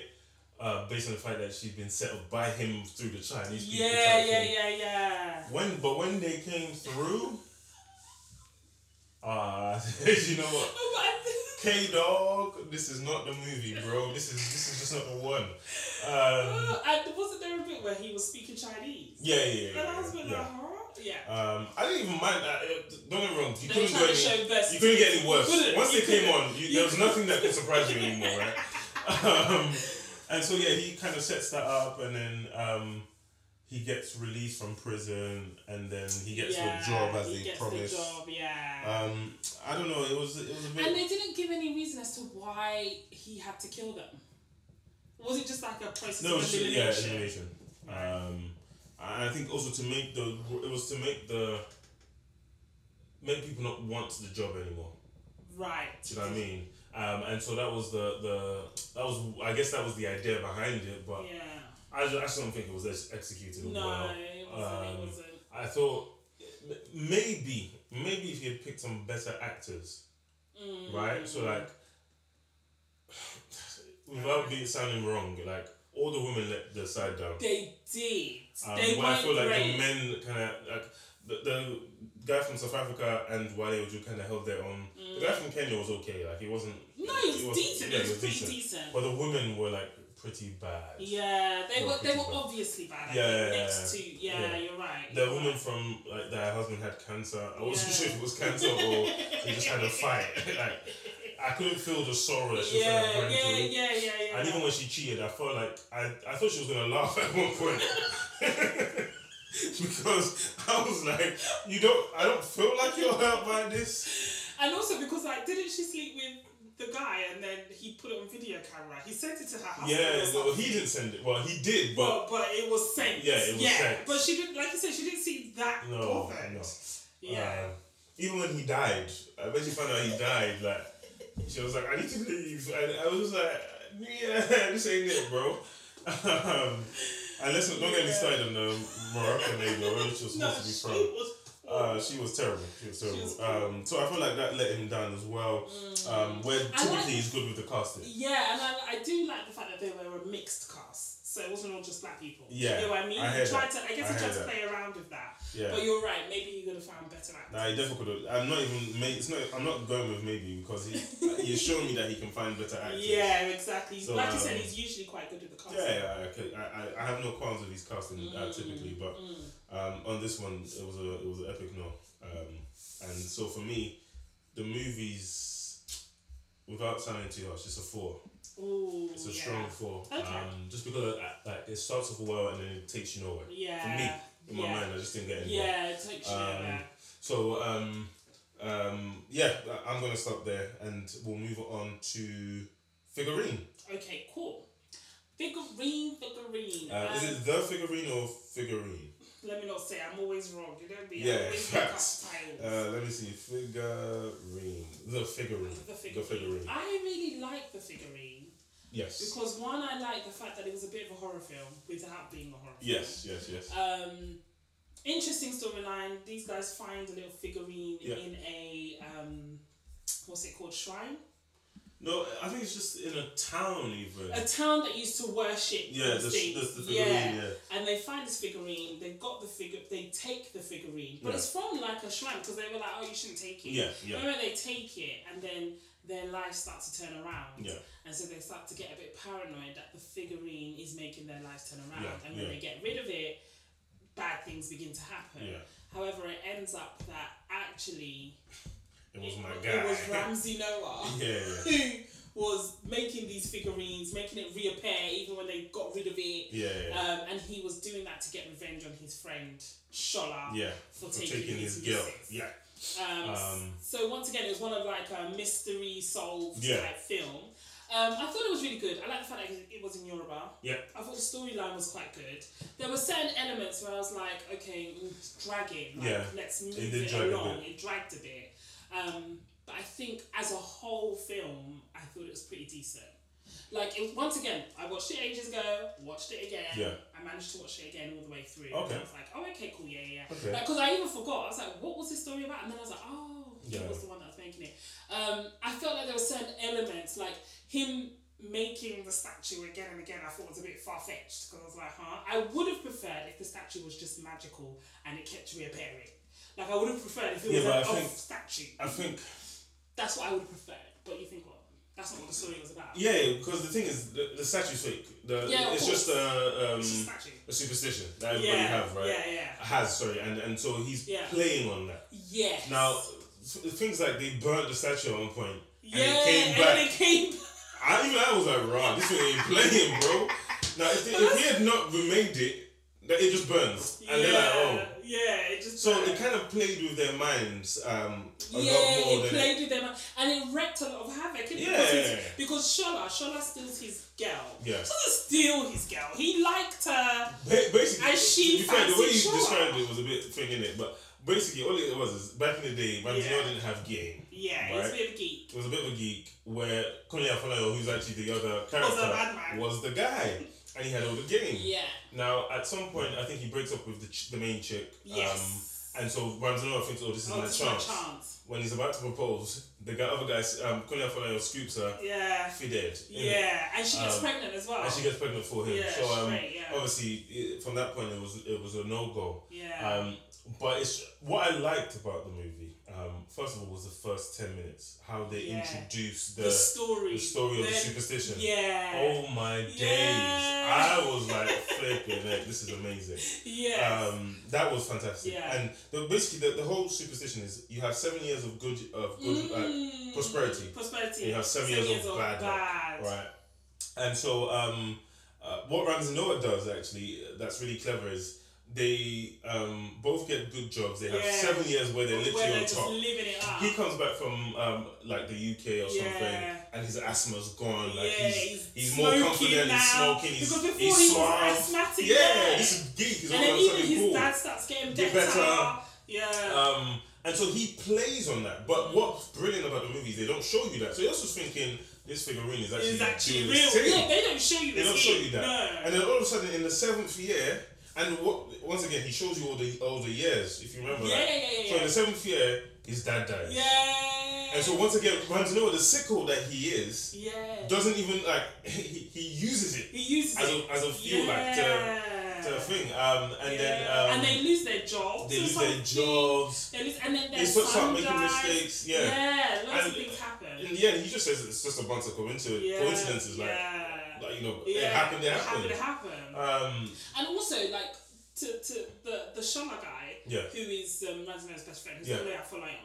uh, based on the fact that she'd been set up by him through the Chinese people.
Yeah,
trying to
yeah,
kill
yeah, yeah.
When but when they came through, uh you know what?
Oh, but I think-
K Dog, this is not the movie, bro. This is this is just not the one. Um,
Oh, and wasn't there a bit where he was speaking Chinese?
yeah, yeah, yeah,
And I was
yeah,
like,
yeah.
huh? Yeah.
Um, I didn't even mind. that. Uh, don't get me wrong. You
They were
couldn't go
trying to
any.
show best.
You couldn't get any worse.
couldn't.
Once
You
they came
couldn't.
on, you,
You
there was
couldn't.
nothing that could surprise you anymore, right? Um, and so yeah, he kind of sets that up, and then um, he gets released from prison, and then he gets
yeah,
the job as
he
they
gets
promised.
The job, yeah.
Um, I don't know. It was it was a bit.
And they didn't give any reason as to why he had to kill them. Was it just like a process
no, it
of
was just, yeah,
elimination?
elimination. Um, and I think also to make the it was to make the make people not want the job anymore.
Right.
Do you know what I mean? Um, and so that was the the that was I guess that was the idea behind it, but
Yeah.
I, ju- I just don't think it was ex- executed
No,
well.
it wasn't.
um,
it wasn't.
I thought m- maybe maybe if you had picked some better actors,
Mm.
right? So like, without being sounding wrong, like all the women let their side down.
They did.
Um,
they
when I
weren't
feel like
great.
the men kind of like the, the guy from South Africa and Wale Oju kind of held their own. The guy from Kenya was okay, like he wasn't.
Mm. no, it was
wasn't-
decent.
yeah,
it was
he
pretty decent.
But the women were like pretty bad.
Yeah, they
They were
were. They
pretty
were
bad.
obviously bad. I
Yeah,
think,
yeah,
Next to yeah,
yeah.
you're right.
The
you're
woman
right.
from like their husband had cancer. I wasn't
Yeah.
sure if it was cancer or they just had a fight. like I couldn't feel the sorrow that she was
yeah,
kind of
yeah,
going through.
yeah, yeah, yeah.
And even when she cheated, I felt like I, I thought she was gonna laugh at one point. because I was like, you don't I don't feel like you're hurt by this.
And also because like, didn't she sleep with the guy and then he put it on video camera? He sent it to her husband.
Yeah,
or
well
something.
he didn't send it. Well he did, but
But but it was sent.
Yeah, it was sent.
But she didn't, like you said, she didn't see that
No,
bothered.
no.
Yeah.
uh, even when he died, I bet she found out he died, like she was like, I need to leave. And I was just like, Yeah, this ain't it, bro. Um, and let's not don't get me
Yeah.
started on the Moroccan lady or where she was supposed
no,
to be
she
from.
was.
Uh, she was terrible. She was terrible.
was Mm.
um, so I feel like that let him down as well. Um, where
I
typically
like-
he's good with the casting.
yeah, and I, I do like the fact that they were a mixed cast, so it wasn't all just black people.
Yeah,
you know what I mean.
I
he
hear
tried to, I
I
guess, he
hear
tried to
that.
play around with that.
Yeah.
But you're right. Maybe you could have found better actors.
Nah, he definitely could have. I'm not even. ma- It's not. I'm not going with maybe because he he's shown me that he can find better actors.
Yeah, exactly.
So,
like you
um,
said, he's usually quite good with the casting.
Yeah, yeah, okay. I, I, I have no qualms with his casting
Mm,
uh, typically, but um, on this one it was a it was an epic no. Um, and so for me, the movies, without sounding too harsh, it's a four.
Ooh,
It's a
yeah.
strong four.
Okay.
Um, just because uh, like it starts off well and then it takes you nowhere.
Yeah.
For me, in my
yeah.
mind, I just didn't get anywhere.
Yeah, it takes you
Um,
there.
So um, um, yeah, I- I'm gonna stop there and we'll move on to figurine.
Okay, cool. Figurine, figurine.
Uh,
Um,
is it the figurine or figurine?
let me not say I'm always wrong. You know me.
Yeah,
I always
facts.
make up titles.
Uh, let me see. Figurine. The figurine.
the figurine. I really like the figurine.
Yes.
Because one, I like the fact that it was a bit of a horror film without being a horror
Yes, yes, yes.
film. Um, interesting storyline. These guys find a little figurine
Yeah.
in a um, what's it called shrine?
No, I think it's just in a town even.
A town that used to worship.
Yeah,
these
the, sh-
things.
the, the figurine, yeah.
and they find this figurine. They've got the figure. They take the figurine, but
Yeah.
it's from like a shrine because they were like, "Oh, you shouldn't take it."
Yeah, yeah,
Remember, they take it, and then their life starts to turn around.
yeah,
And so they start to get a bit paranoid that the figurine is making their lives turn around.
Yeah,
and when
yeah.
they get rid of it, bad things begin to happen.
yeah.
However, it ends up that actually
It was Oh my guy.
it was Ramsey Noah
yeah, yeah,
who was making these figurines, making it reappear even when they got rid of it.
yeah, yeah.
Um, and he was doing that to get revenge on his friend Shola
yeah.
for,
For
taking, his,
guilt.
pieces.
Yeah,
Um,
Um,
so once again, it was one of like a mystery solved
Yeah.
type film. Um, I thought it was really good. I like the fact that it was in Yoruba.
Yeah.
I thought the storyline was quite good. There were certain elements where I was like, okay, mm, it's dragging. Like,
Yeah.
Let's move
did
it,
drag a
along. It dragged a bit. Um, but I think as a whole film, I thought it was pretty decent. Like it, once again, I watched it ages ago. Watched it again.
Yeah.
I managed to watch it again all the way through. and
Okay.
I was like, oh, okay, cool, yeah, yeah, yeah.
okay.
Because I even forgot. I was like, what was this story about? And then I was like, oh, he
Yeah.
was the one that was making it. Um, I felt like there were certain elements, like him making the statue again and again, I thought was a bit far fetched. Because I was like, huh? I would have preferred if the statue was just magical and it kept reappearing. Like, I would have preferred if it
Yeah,
was
but
like,
I
oh,
think-
statue.
I think
That's what I would have preferred. But you think, what? That's not what the story was about.
yeah, because the thing is, the, the statue's fake. The,
Yeah, of
it's just a, um,
It's just a statue.
a superstition that everybody
yeah,
have, right?
Yeah, yeah.
Has sorry, and and so he's
Yeah.
playing on that.
Yes.
Now, th- things like they burnt the statue at one point.
yeah,
came
and
back.
then it came back.
I even I was like, "Raw, this one ain't playing, bro." Now, if, they, if he had not remained it, that it just burns, and they're like, "Oh."
Yeah, it just.
So it kind of played with their minds um, a
yeah,
lot more
it
than
played with them, and it wreaked a lot of havoc. Yeah. Because,
Yeah.
his- because Shola, Shola steals his girl.
Yeah.
She doesn't steal his girl. He liked her.
Ba- basically.
And she
to be fair, the way
fancied
you
Shaw.
described it was a bit thing in it, but basically all it was is back in the day, Banzio
Yeah.
didn't have game.
Yeah, he's a
Right.
bit of a geek.
It was a bit of a geek where Konya Afolayo, who's actually the other
Was a
character,
bad man.
was the guy, and he had all the game.
Yeah.
Now, at some point, I think he breaks up with the, ch- the main chick.
Yes.
Um, and so Banzio thinks, oh, this is
Oh,
my
it's
chance.
my chance.
When he's about to propose, the guy, other guy, um, Konya Afolayo scoops her,
Yeah.
fided. in it.
Yeah, and she gets
Um,
pregnant as well.
And she gets pregnant for him.
Yeah,
so um,
straight, yeah.
obviously, it, from that point, it was it was a no go.
yeah.
Um, but it's what I liked about the movie. Um, first of all, was the first ten minutes how they
Yeah.
introduced the,
the,
the,
story.
story of the
Then-
superstition.
Yeah.
Oh my days!
Yeah.
I was like flipping it. This is amazing.
yeah.
Um, that was fantastic.
Yeah.
And the, basically, the, the whole superstition is you have seven years of good of good uh,
Mm.
prosperity.
Prosperity.
You have seven years of bad luck, uh, Right. And so, um, uh, what Ramsey Noah does actually uh, that's really clever is they um, both get good jobs. They have
Yeah.
seven years where they're literally
Where they're
on
just
top.
living it up.
He comes back from um, like the UK or something,
Yeah.
and his asthma's gone. Like
yeah,
he's,
he's,
he's more confident. He's smoking. He's
because before
he's
he
suave.
was asthmatic.
yeah,
yeah.
this is geek. He's
and
all
then
of a
even
sudden
his
cool.
dad starts getting
Get
better.
better.
Yeah.
Um, and so he plays on that. But what's brilliant about the movie is they don't show you that. So you're just thinking this figurine is actually,
it's actually
doing
real.
this thing.
Yeah, they don't show you.
They
this
don't show
here.
you that.
No.
And then all of a sudden, in the seventh year, and what, once again, he shows you all the all the years, if you remember
yeah,
that.
yeah, yeah,
So in
yeah.
the seventh year, his dad dies.
yeah.
And so once again, Randino, the sickle that he is,
yeah.
doesn't even like he, he uses it
He uses
as
it.
a as a fuel like to,
yeah.
to a thing. Um, and then
Yeah.
um,
and they lose their jobs.
they
or
lose their
something.
jobs.
They lose, and then their
They start,
son
start making
dies.
mistakes. Yeah.
Yeah, lots
And-
of things happen.
In the end, he just says it's just a bunch of coincidences.
yeah.
coincidences like,
yeah.
like you know,
yeah.
it happened. It happened.
It happened. It happened.
Um,
And also, like, to, to the, the Shona guy,
yeah.
who is um, Ransom's best friend, who's
Yeah.
the lawyer for Lion.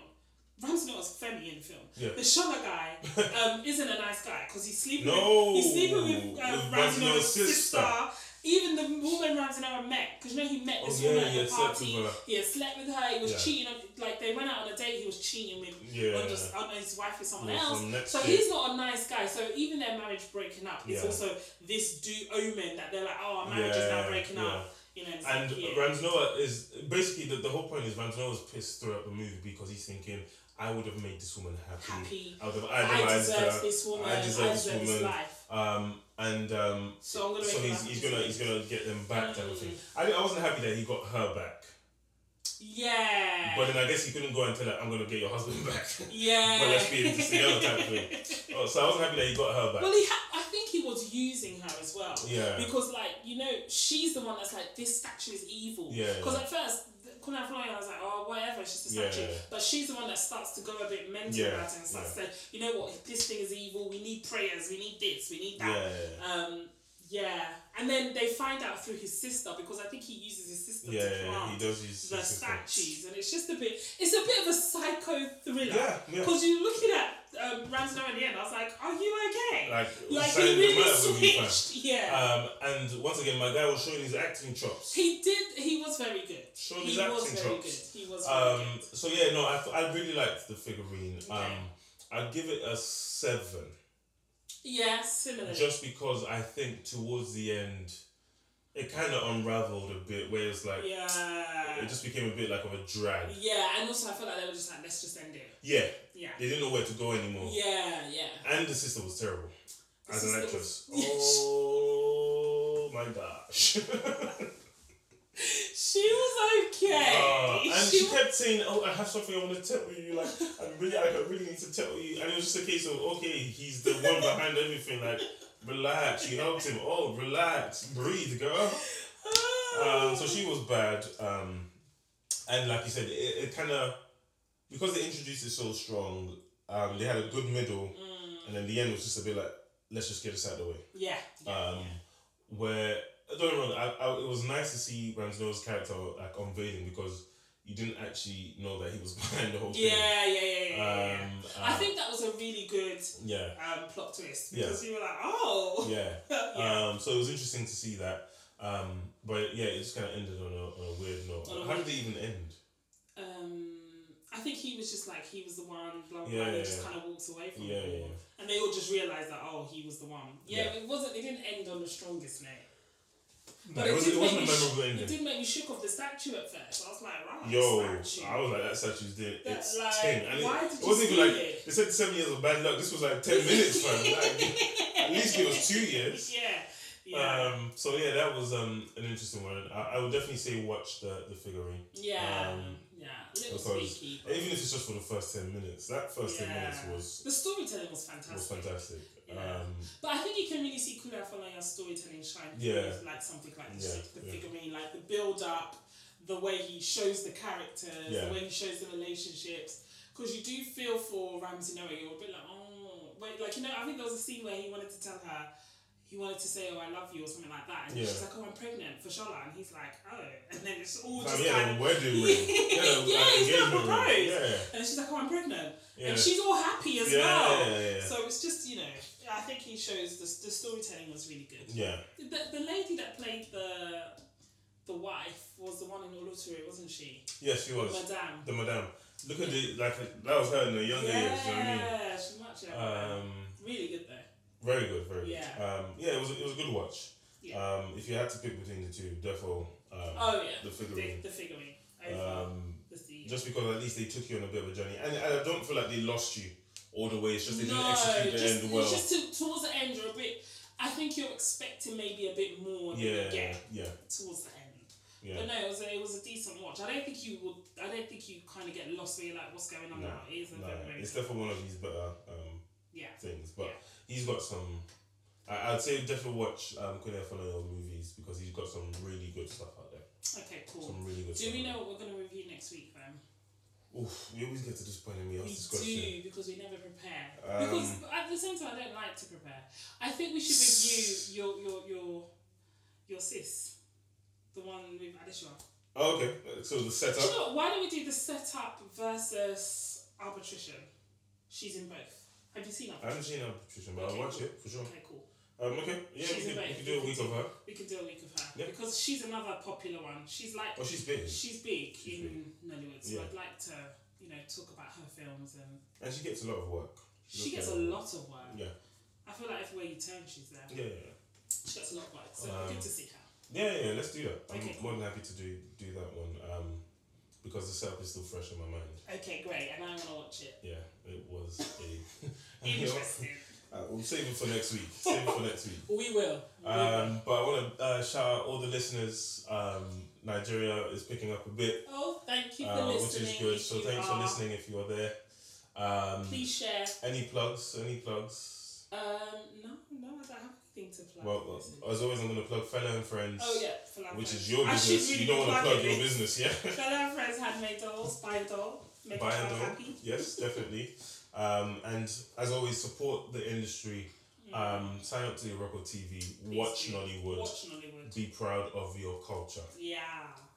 Ransom was Femi in the film.
Yeah.
The Shona guy um, isn't a nice guy because he's sleeping
No,
with, he's sleeping with, um,
with
Ramsden's
Ramsden's
sister.
sister.
Even the woman Ramsden met, because you know he met
Oh,
this
yeah,
woman
he
at
had
the
slept with
party.
her.
He had slept with her. He was
Yeah.
cheating on, like they went out on a date. He was cheating with
Yeah.
on just on his wife with someone
With
else.
some next
So
chick.
he's not a nice guy. So even their marriage breaking up is
Yeah.
also this do omen that they're like, oh, our marriage is now
Yeah,
breaking
yeah.
up. You know, it's
And
like, yeah.
Ramsnoa is basically the, the whole point is Ramsnoa is pissed throughout the movie because he's thinking I would have made this woman happy.
Happy.
I would have
I
idolized
deserve
her.
this woman.
I
I
deserve
deserve,
this woman.
this life.
Um, and um,
So I'm gonna.
so
make
he's,
it
he's
happen.
gonna he's gonna get them back type of
Mm.
thing. I, I wasn't happy that he got her back,
Yeah.
but then I guess he couldn't go and tell her I'm gonna get your husband back.
yeah.
but let's be interesting, you know, type of thing. oh, so I wasn't happy that he got her back.
Well, he ha- I think he was using her as well.
yeah,
Because, like, you know, she's the one that's like, this statue is evil.
Yeah.
Because at first, th- Queen Afroya, I was like, oh, whatever, it's just a statue.
Yeah.
But she's the one that starts to go a bit mental
Yeah,
about it and starts to say, you know what, this thing is evil, we need prayers, we need this, we need that.
yeah,
Um, yeah. And then they find out through his sister, because I think he uses his sister
yeah,
to
yeah. He
plant
does use
the
his system.
statues. And it's just a bit, it's a bit of a psycho thriller.
Yeah, yeah.
Because you're looking at um, Ramsey at the end, I was like, are you okay?
Like,
Like
so
he
Uh, the
really
matter will be fine.
switched, yeah.
Um, and once again, my guy was showing his acting chops.
he did. He was very good.
Showing
He
his
was
acting
very good.
chops.
He was very
Um,
good.
so yeah, no, I, I really liked the figurine. Um,
Okay.
I'd give it a seven,
Yeah, similar.
just because I think towards the end, it kind of unraveled a bit, where it's like
yeah.
it just became a bit like of a drag.
yeah, and also I felt like they were just like, let's just end it.
Yeah,
Yeah.
they didn't know where to go anymore.
Yeah, yeah.
And the sister was terrible
The
as an
sister
actress.
was-
Oh my gosh.
She was okay.
Uh, and
she
she
was,
kept saying, "Oh, I have something I want to tell you. Like, I really, I really need to tell you." And it was just a case of, "Okay, he's the one behind everything. Like, relax. You helped him. Oh, relax, breathe, girl." Um, so she was bad. Um, and like you said, it, it kind of because they introduced it so strong. Um, they had a good middle,
Mm,
and then the end was just a bit like, "Let's just get this out of the way."
yeah. yeah,
Um, where don't get me wrong, I, I, it was nice to see Ramsdale's character like unveiling because you didn't actually know that he was behind the whole
yeah.
thing.
Yeah, yeah, yeah,
Um,
yeah, yeah. I
uh,
think that was a really good
yeah,
um, plot twist
Yeah.
because you were like, oh.
yeah.
Yeah.
Um, so it was interesting to see that. Um, but yeah, it just kind of ended on a, on a weird note.
On a
How did it even end?
um I think he was just like he was the one, blah blah,
Yeah,
and he
yeah,
just
yeah.
kind of walks away from
Yeah,
it,
yeah,
all.
yeah.
and they all just realized that oh, he was the one. Yeah,
Yeah.
it wasn't. It didn't end on the strongest note,
No, it, was, it
did
wasn't a
make me sh-
memorable
It
ending.
did make me shook off the statue at first. I was like, right,
Yo,
statue.
I was like, that statue's dead.
That,
It's
like,
ten. And it,
why did
it
you
wasn't even
steal
like
it?
they said seven years of bad luck. This was like ten minutes, fam. Like, at least give us two years.
yeah, yeah,
Um, so yeah, that was um, an interesting one. I, I would definitely say watch the, the figurine,
yeah,
um,
yeah. Little
because
sneaky.
even if it's just for the first ten minutes. That first ten minutes
Yeah.
was
The storytelling was fantastic.
was fantastic.
Yeah.
Um,
But I think you can really see Kuna Falaya's storytelling shine through
Yeah.
with like something like this,
Yeah,
like the
yeah.
figurine, like the build up, the way he shows the characters,
Yeah.
the way he shows the relationships. Because you do feel for Ramsey Noah, you're a bit like, oh, wait, like, you know, I think there was a scene where he wanted to tell her, he wanted to say, oh, I love you or something like that. And
Yeah.
she's like, oh, I'm pregnant for Shola. And he's like, oh. And then it's all
fam,
just
yeah,
like,
the wedding ring. Yeah, the,
Yeah,
like,
he's got
engagement
the
ring.
rose.
Yeah,
and she's like, oh, I'm pregnant.
yeah,
And she's all happy as
yeah,
well.
yeah, yeah, yeah.
So it's just, you know, I think he shows the, the storytelling was really good.
yeah.
The, the lady that played the the wife was the one in Oloturu, wasn't she?
Yeah, she was
Madame.
the madame. Look at the like that was her in the younger years. You know what I mean?
yeah, she's much younger.
Um,
really good though.
very good, very
Yeah.
good. Um, yeah, it was it was a good watch.
Yeah.
Um, if you had to pick between the two, defo. Um,
Oh yeah,
the
the,
figurine.
the figurine over
Um,
the sea.
just because at least they took you on a bit of a journey, and, and I don't feel like they lost you all the way. It's just they didn't execute the
just,
end well.
it's just to, towards the end you're a bit. I think you're expecting maybe a bit more than
yeah,
you
yeah,
get
yeah,
towards the end.
yeah.
But no, it was a, it was a decent watch. I don't think you would. I don't think you kind of get lost where you're like, what's going on
No,
now? It is a
Nah,
very, very
it's definitely one of his better um,
yeah.
things, but
Yeah.
he's got some. I, I'd say definitely watch um, Kunle Afolayo's movies because he's got some really good stuff out there.
Okay, cool.
Some really good.
Do
stuff out
we know what we're going to review next week, then?
there. Oof, we always get to this point in me ask
We
this question.
do because we never prepare.
Um,
because at the same time, I don't like to prepare. I think we should review your your your your sis, the one with Adishwa.
Oh, okay, so the
Do you
setup.
know what? why don't we do the setup versus arbitration? She's in both. Have you seen
I
arbitration?
haven't seen Patricia, but I'll watch it for sure.
Okay, cool.
Um, okay, yeah,
She's
we
a
could, we
babe.
could do a week of her.
We can do a week of her
Yeah.
because she's another popular one. She's like
Oh, she's big.
she's big
She's
in Nollywood, so
Yeah.
I'd like to you know talk about her films and
And she gets a lot of work.
she
Okay.
gets a lot of work.
Yeah.
I feel like everywhere you turn, she's there.
Yeah, yeah, yeah.
She gets a lot of work, so
Um,
good to see her.
Yeah, yeah, let's do that. I'm
Okay.
more than happy to do do that one. Um, because the setup is still fresh in my mind.
Okay, great. And I want to watch it.
Yeah, it was a.
Interesting.
Uh, we'll save it for next week. Save it for next week.
we will. We will.
Um, but I want to uh, shout out all the listeners. Um, Nigeria is picking up a bit,
oh, thank you for
uh, which
listening.
is good.
If
So
you
thanks for
are,
listening if you're there. Um,
Please share.
any plugs? Any plugs?
Um, no, no, I don't have anything to plug.
Well, as always, I'm going to plug fellow and friends.
oh yeah, Falafel.
Which is your
I should
business.
really
you don't want
be
to plug
plugging
your
it.
business, yeah?
Fellow friends had made dolls, buy a doll, make
Buy
a
and
child
all.
happy.
Yes, definitely. Um, and as always, support the industry. Um, sign up to Yoroko TV. watch
do.
Nollywood.
Watch Nollywood.
Be proud of your culture.
Yeah.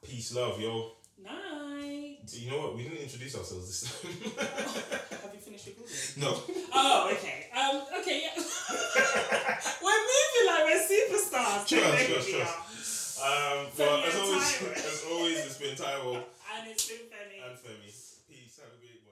Peace, love, yo.
Night.
You know what? We didn't introduce ourselves this time.
Oh, Have you finished recording?
no.
Oh, okay. Um, okay, yeah. we're moving like we're superstars.
Trust,
There
trust,
we
trust.
are.
Um,
Femi
but as
and
always,
Tyrone.
as always, it's been Tyrell
And it's been funny.
and Femi. Peace. Have a great one.